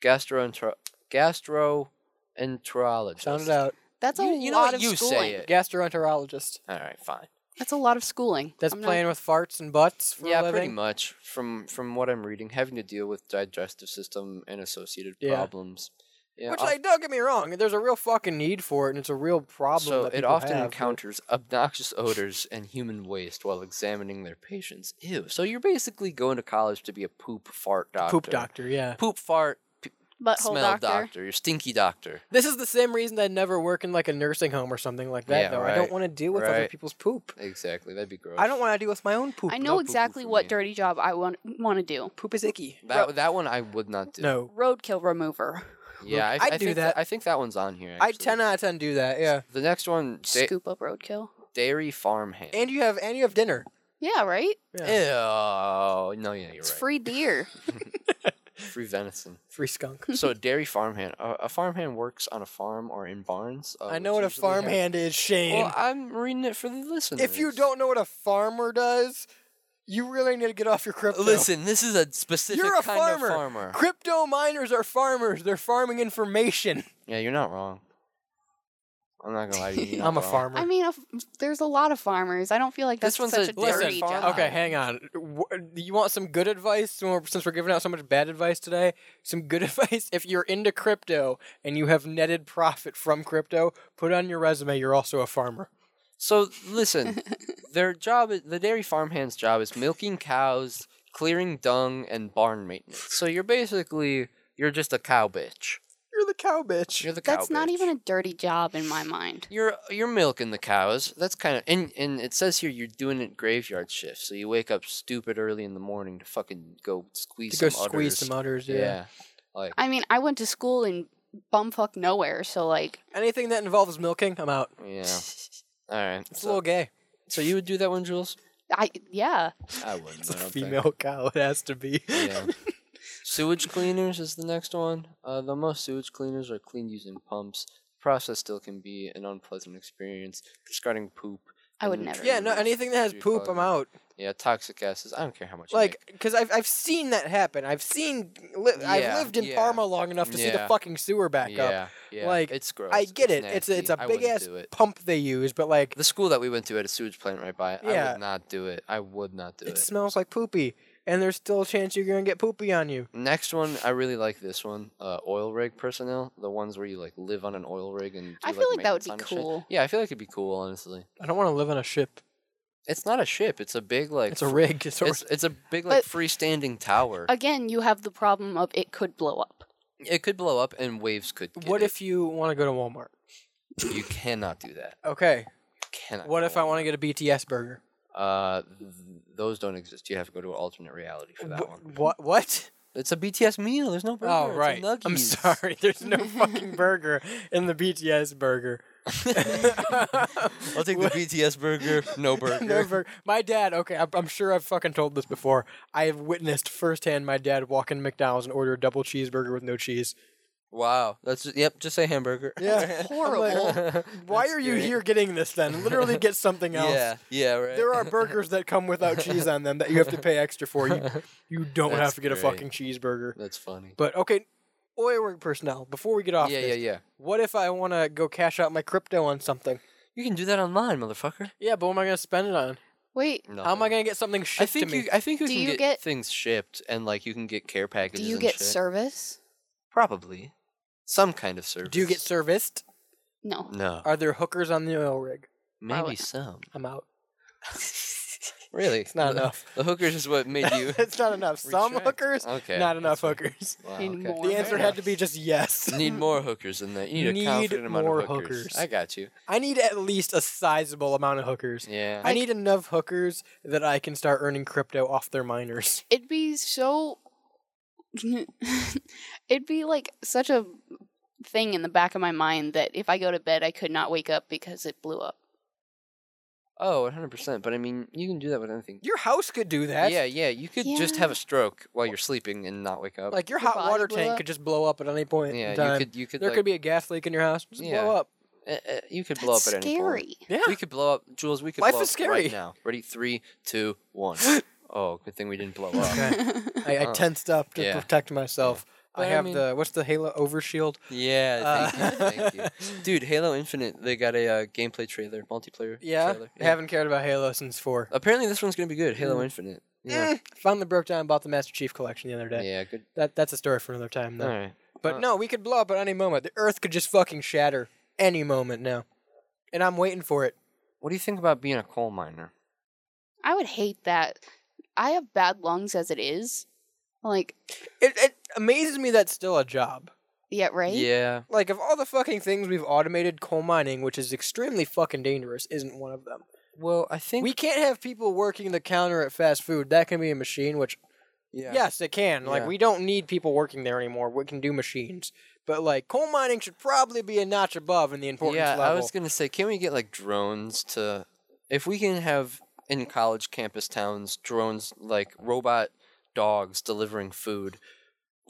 Speaker 2: gastroentero- gastroenterologist.
Speaker 10: Sound it out.
Speaker 9: That's a
Speaker 2: You- you know
Speaker 9: lot
Speaker 2: what?
Speaker 9: of
Speaker 2: You say
Speaker 9: schooling.
Speaker 2: it.
Speaker 10: Gastroenterologist.
Speaker 2: All right, fine.
Speaker 9: That's a lot of schooling.
Speaker 10: That's
Speaker 9: I'm not-
Speaker 10: playing with farts and butts for
Speaker 2: yeah,
Speaker 10: a living.
Speaker 2: pretty much. From from what I'm reading, having to deal with digestive system and associated
Speaker 10: Yeah.
Speaker 2: problems. Yeah,
Speaker 10: Which,
Speaker 2: oft-
Speaker 10: like, don't get me wrong, there's a real fucking need for it, and it's a real problem.
Speaker 2: so
Speaker 10: that
Speaker 2: it
Speaker 10: people
Speaker 2: often
Speaker 10: have, but-
Speaker 2: encounters obnoxious odors and human waste while examining their patients. Ew. So you're basically going to college to be a poop fart doctor.
Speaker 10: Poop doctor, yeah.
Speaker 2: Poop fart. p-
Speaker 9: Butthole
Speaker 2: smell
Speaker 9: doctor.
Speaker 2: doctor. Your stinky doctor.
Speaker 10: This is the same reason I'd never work in like a nursing home or something like that.
Speaker 2: yeah,
Speaker 10: though
Speaker 2: right,
Speaker 10: I don't want to deal with other
Speaker 2: right.
Speaker 10: people's poop.
Speaker 2: Exactly. That'd be gross.
Speaker 10: I don't want to deal with my own poop.
Speaker 9: I know exactly what dirty job I want want to do.
Speaker 10: Poop is icky.
Speaker 2: That that one I would not do.
Speaker 10: No.
Speaker 9: Roadkill remover.
Speaker 2: Yeah, I,
Speaker 10: I'd
Speaker 2: I
Speaker 10: do
Speaker 2: think
Speaker 10: that.
Speaker 2: I think that one's on here.
Speaker 10: I
Speaker 2: actually.
Speaker 10: ten out of ten do that. Yeah.
Speaker 2: The next one, da-
Speaker 9: Scoop up roadkill.
Speaker 2: dairy farmhand.
Speaker 10: And you have and you have dinner.
Speaker 9: Yeah, right.
Speaker 2: Ew. No, yeah, you're
Speaker 9: It's
Speaker 2: right.
Speaker 9: free deer.
Speaker 2: Free venison.
Speaker 10: Free skunk.
Speaker 2: so a dairy farmhand. A, a farmhand works on a farm or in barns. Uh,
Speaker 10: I know
Speaker 2: which
Speaker 10: what a
Speaker 2: usually have-
Speaker 10: farmhand is, Shane.
Speaker 2: Well, I'm reading it for the listeners.
Speaker 10: if you don't know what a farmer does, you really need to get off your crypto.
Speaker 2: listen, this is a specific
Speaker 10: You're a
Speaker 2: kind
Speaker 10: farmer.
Speaker 2: of farmer.
Speaker 10: Crypto miners are farmers. They're farming information.
Speaker 2: Yeah, you're not wrong. I'm not gonna lie to you. you're
Speaker 10: I'm a
Speaker 2: not wrong.
Speaker 10: farmer.
Speaker 9: I mean, a f- there's a lot of farmers. I don't feel like that's
Speaker 2: This one's
Speaker 9: such
Speaker 2: a
Speaker 9: a,
Speaker 2: different
Speaker 9: dirty
Speaker 2: farm.
Speaker 9: job.
Speaker 10: Okay, hang on. Wh- You want some good advice? Since we're giving out so much bad advice today, some good advice. If you're into crypto and you have netted profit from crypto, put on your resume you're also a farmer.
Speaker 2: So listen, their job, is, the dairy farmhand's job, is milking cows, clearing dung, and barn maintenance. So you're basically you're just a cow bitch.
Speaker 10: You're the cow bitch.
Speaker 2: You're the cow.
Speaker 9: That's not even a dirty job in my mind.
Speaker 2: You're you're milking the cows. That's kind of and and it says here you're doing it graveyard shift. So you wake up stupid early in the morning to fucking go squeeze
Speaker 10: To go
Speaker 2: some
Speaker 10: squeeze
Speaker 2: udders.
Speaker 10: some udders, yeah.
Speaker 2: Like
Speaker 9: I mean, I went to school in bumfuck nowhere, so like,
Speaker 10: Anything that involves milking, I'm out.
Speaker 2: yeah. All right.
Speaker 10: It's a
Speaker 2: So,
Speaker 10: little gay.
Speaker 2: so you would do that one, Jules?
Speaker 9: I yeah.
Speaker 2: I wouldn't.
Speaker 10: It's a
Speaker 2: I don't think.
Speaker 10: female cow. It has to be.
Speaker 2: Yeah. sewage cleaners is the next one. Uh, though most sewage cleaners are cleaned using pumps, the process still can be an unpleasant experience. Discarding poop.
Speaker 9: I would
Speaker 2: and
Speaker 9: never.
Speaker 10: Yeah, no,
Speaker 2: retrieving
Speaker 10: anything that has
Speaker 2: street
Speaker 10: poop, I'm
Speaker 2: clogging.
Speaker 10: out.
Speaker 2: Yeah, toxic gases. I don't care how much. you
Speaker 10: Like, because I've, I've seen that happen. I've seen, li- I've
Speaker 2: Yeah,
Speaker 10: lived in
Speaker 2: yeah,
Speaker 10: Parma long enough to see the
Speaker 2: yeah.
Speaker 10: fucking sewer back
Speaker 2: make.
Speaker 10: up.
Speaker 2: yeah, yeah,
Speaker 10: like,
Speaker 2: it's gross.
Speaker 10: I get it.
Speaker 2: It's
Speaker 10: It's a, it's a
Speaker 2: nasty. I
Speaker 10: big
Speaker 2: wouldn't
Speaker 10: ass
Speaker 2: do it.
Speaker 10: pump they use, but like
Speaker 2: The school that we went to had a sewage plant right by. it. I
Speaker 10: Yeah.
Speaker 2: would not do it. I would not do
Speaker 10: it
Speaker 2: it.
Speaker 10: smells like poopy, and there's still a chance you're gonna get poopy on you.
Speaker 2: Next one, I really like this one. Uh, oil rig personnel, the ones where you like live on an oil rig and. Do,
Speaker 9: I feel like that
Speaker 2: maintenance
Speaker 9: would be
Speaker 2: on a ship.
Speaker 9: cool.
Speaker 2: Yeah, I feel like it'd be cool, honestly.
Speaker 10: I don't want to live on a ship.
Speaker 2: It's not a ship. It's a big like.
Speaker 10: It's a
Speaker 2: fr-
Speaker 10: rig. It's a
Speaker 2: It's it's a big like
Speaker 9: But-
Speaker 2: freestanding tower.
Speaker 9: Again, you have the problem of it could blow up.
Speaker 2: It could blow up and waves could. Get
Speaker 10: what
Speaker 2: it.
Speaker 10: if you want to go to Walmart?
Speaker 2: you cannot do that?
Speaker 10: Okay.
Speaker 2: Cannot.
Speaker 10: What if I want to get a BTS burger?
Speaker 2: Uh, th- those don't exist. You have to go to alternate reality for that one.
Speaker 10: What? What?
Speaker 2: It's a BTS meal. There's no burger.
Speaker 10: Oh
Speaker 2: it's a
Speaker 10: right. I'm
Speaker 2: Nuggies.
Speaker 10: sorry. There's no fucking burger in the BTS burger.
Speaker 2: I'll take the BTS burger. No burger.
Speaker 10: No burger. My dad. Okay, I'm, I'm sure I've fucking told this before. I have witnessed firsthand my dad walk into McDonald's and order a double cheeseburger with no cheese.
Speaker 2: Wow. That's just, yep. Just say hamburger.
Speaker 10: Yeah, horrible. Why are you here getting this then? Literally get something else.
Speaker 2: Yeah. Yeah. Right.
Speaker 10: There are burgers that come without cheese on them that you have to pay extra for. You, you don't have
Speaker 2: That's
Speaker 10: to get a
Speaker 2: great.
Speaker 10: fucking cheeseburger.
Speaker 2: That's funny.
Speaker 10: But okay, oil rig personnel. Before we get off,
Speaker 2: Yeah. Yeah.
Speaker 10: this,
Speaker 2: Yeah.
Speaker 10: What if I want to go cash out my crypto on something?
Speaker 2: You can do that online, motherfucker.
Speaker 10: Yeah, but what am I gonna spend it on?
Speaker 9: Wait,
Speaker 10: How am I
Speaker 2: Nothing.
Speaker 10: gonna get something
Speaker 2: I
Speaker 10: shipped
Speaker 2: think
Speaker 10: to me?
Speaker 2: you. I think you
Speaker 9: Do
Speaker 2: can
Speaker 9: you
Speaker 2: get,
Speaker 9: get-
Speaker 2: things shipped, and like you can get care packages.
Speaker 9: Do you
Speaker 2: and
Speaker 9: get
Speaker 2: shit.
Speaker 9: service?
Speaker 2: Probably some kind of service.
Speaker 10: Do you get serviced?
Speaker 9: No.
Speaker 2: No.
Speaker 10: Are there hookers on the oil rig?
Speaker 2: Maybe some.
Speaker 10: I'm out.
Speaker 2: Really?
Speaker 10: It's not
Speaker 2: The-
Speaker 10: enough.
Speaker 2: The hookers is what made you.
Speaker 10: it's not enough. Some
Speaker 2: Retract.
Speaker 10: hookers.
Speaker 2: Okay,
Speaker 10: Not enough hookers.
Speaker 2: Wow,
Speaker 9: Need
Speaker 2: okay.
Speaker 9: more.
Speaker 10: The answer had to be just yes.
Speaker 2: Need more hookers in there. You need, a
Speaker 10: Need
Speaker 2: confident amount
Speaker 10: more
Speaker 2: of hookers.
Speaker 10: hookers.
Speaker 2: I got you.
Speaker 10: I need at least a sizable amount of hookers.
Speaker 2: Yeah.
Speaker 10: I need enough hookers that I can start earning crypto off their miners.
Speaker 9: It'd be so. It'd be like such a thing in the back of my mind that if I go to bed, I could not wake up because it blew up.
Speaker 2: oh, 100 percent. But I mean, you can do that with anything.
Speaker 10: Your house could do that.
Speaker 2: yeah, yeah. You could just have a stroke while you're sleeping and not wake up.
Speaker 10: Like your,
Speaker 9: Your
Speaker 10: hot
Speaker 9: body
Speaker 10: water
Speaker 9: blew
Speaker 10: tank
Speaker 9: up?
Speaker 10: could just blow up at any point
Speaker 2: Yeah,
Speaker 10: in
Speaker 2: you
Speaker 10: time.
Speaker 2: could- you could,
Speaker 10: There could
Speaker 2: like-
Speaker 10: be a gas leak in your house. Just
Speaker 2: Yeah.
Speaker 10: blow up.
Speaker 2: Uh, uh, you could blow up at any point.
Speaker 9: Scary.
Speaker 10: Yeah.
Speaker 2: We could blow up, Jules. We could
Speaker 10: Life
Speaker 2: blow
Speaker 10: is
Speaker 2: up
Speaker 10: scary.
Speaker 2: right now. Ready? Three, two, one. oh, good thing we didn't blow up.
Speaker 10: I, I tensed up to
Speaker 2: Yeah.
Speaker 10: protect myself. I
Speaker 2: I
Speaker 10: have
Speaker 2: mean-
Speaker 10: the what's the Halo Overshield?
Speaker 2: Yeah, thank
Speaker 10: Uh,
Speaker 2: you, thank you, dude. Halo Infinite, they got a uh, gameplay trailer, multiplayer.
Speaker 10: Yeah,
Speaker 2: trailer.
Speaker 10: I haven't cared about Halo since four.
Speaker 2: Apparently, this one's gonna be good. Halo
Speaker 10: Mm.
Speaker 2: Infinite. Yeah.
Speaker 10: Mm, finally broke down and bought the Master Chief collection the other day.
Speaker 2: Uh, Yeah, good.
Speaker 10: That that's a story for another time though.
Speaker 2: Alright.
Speaker 10: But
Speaker 2: Uh,
Speaker 10: no, we could blow up at any moment. The Earth could just fucking shatter any moment now, and I'm waiting for it.
Speaker 2: What do you think about being a coal miner?
Speaker 9: I would hate that. I have bad lungs as it is. Like,
Speaker 10: It, it amazes me that's still a job.
Speaker 9: yeah, right?
Speaker 2: Yeah.
Speaker 10: Like of all the fucking things we've automated, coal mining, which is extremely fucking dangerous, isn't one of them.
Speaker 2: Well, I think
Speaker 10: we can't have people working the counter at fast food. That can be a machine, which
Speaker 2: Yeah.
Speaker 10: yes, it can. Like
Speaker 2: Yeah.
Speaker 10: we don't need people working there anymore. We can do machines. But like coal mining should probably be a notch above in the importance
Speaker 2: yeah,
Speaker 10: level.
Speaker 2: I was gonna say, can we get like drones to, if we can have in college campus towns drones like robot dogs delivering food,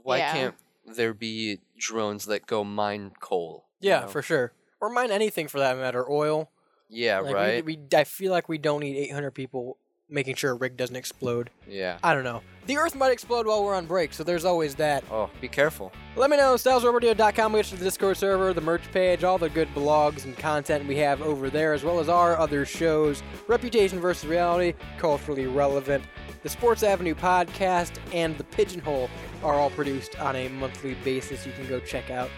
Speaker 2: why
Speaker 10: Yeah.
Speaker 2: can't there be drones that go mine coal? you
Speaker 10: yeah,
Speaker 2: know?
Speaker 10: for sure. Or mine anything for that matter. Oil.
Speaker 2: Yeah,
Speaker 10: Like, we-
Speaker 2: right.
Speaker 10: We, I feel like we don't need 800 people making sure a rig doesn't explode.
Speaker 2: yeah.
Speaker 10: I don't know. The Earth might explode while we're on break, so there's always that.
Speaker 2: Oh, be careful.
Speaker 10: Let me know, stylesrobertio.com, we get to the Discord server, the merch page, all the good blogs and content we have over there, as well as our other shows, Reputation versus Reality, Culturally Relevant, the Sports Avenue podcast, and The Pigeonhole are all produced on a monthly basis. You can go check out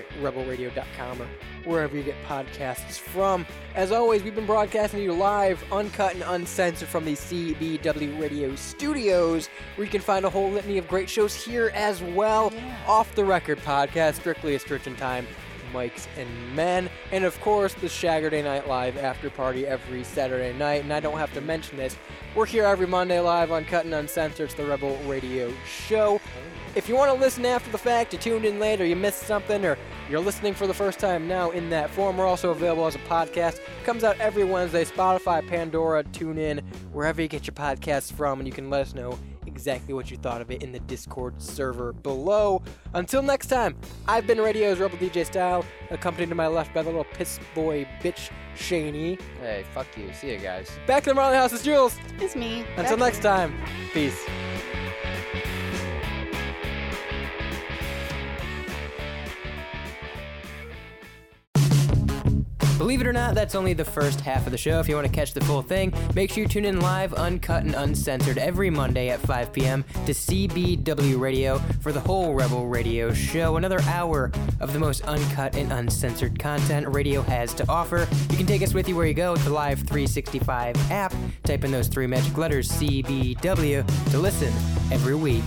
Speaker 10: stylesrebelradio.com or wherever you get podcasts from. As always, we've been broadcasting to you live, uncut, and uncensored from the CBW Radio Studios, where you can find a whole litany of great shows here as well. Off the Record podcast, Strictly a Stricken Time, Mike's and Men, and of course the Shaggerday Night Live after party every Saturday night. And I don't have to mention this. We're here every Monday live on Cut and Uncensored. It's the Rebel Radio Show. If you want to listen after the fact, you tuned in later, you missed something, or you're listening for the first time now in that form, we're also available as a podcast. Comes out every Wednesday, Spotify, Pandora, TuneIn, wherever you get your podcasts from, and you can let us know exactly what you thought of it in the Discord server below. Until next time, I've been Radio's Rebel DJ Style, accompanied to my left by the little piss boy bitch, Shaney.
Speaker 2: Hey, fuck you. See you guys.
Speaker 10: Back to the Marley House is Jules.
Speaker 9: It's me.
Speaker 10: Until
Speaker 9: Becky.
Speaker 10: next time, peace.
Speaker 4: Believe it or not, that's only the first half of the show. If you want to catch the full thing, make sure you tune in live, uncut, and uncensored every Monday at 5 p.m. to CBW Radio for the whole Rebel Radio show. Another hour of the most uncut and uncensored content radio has to offer. You can take us with you where you go with the Live 365 app. Type in those three magic letters, CBW, to listen every week.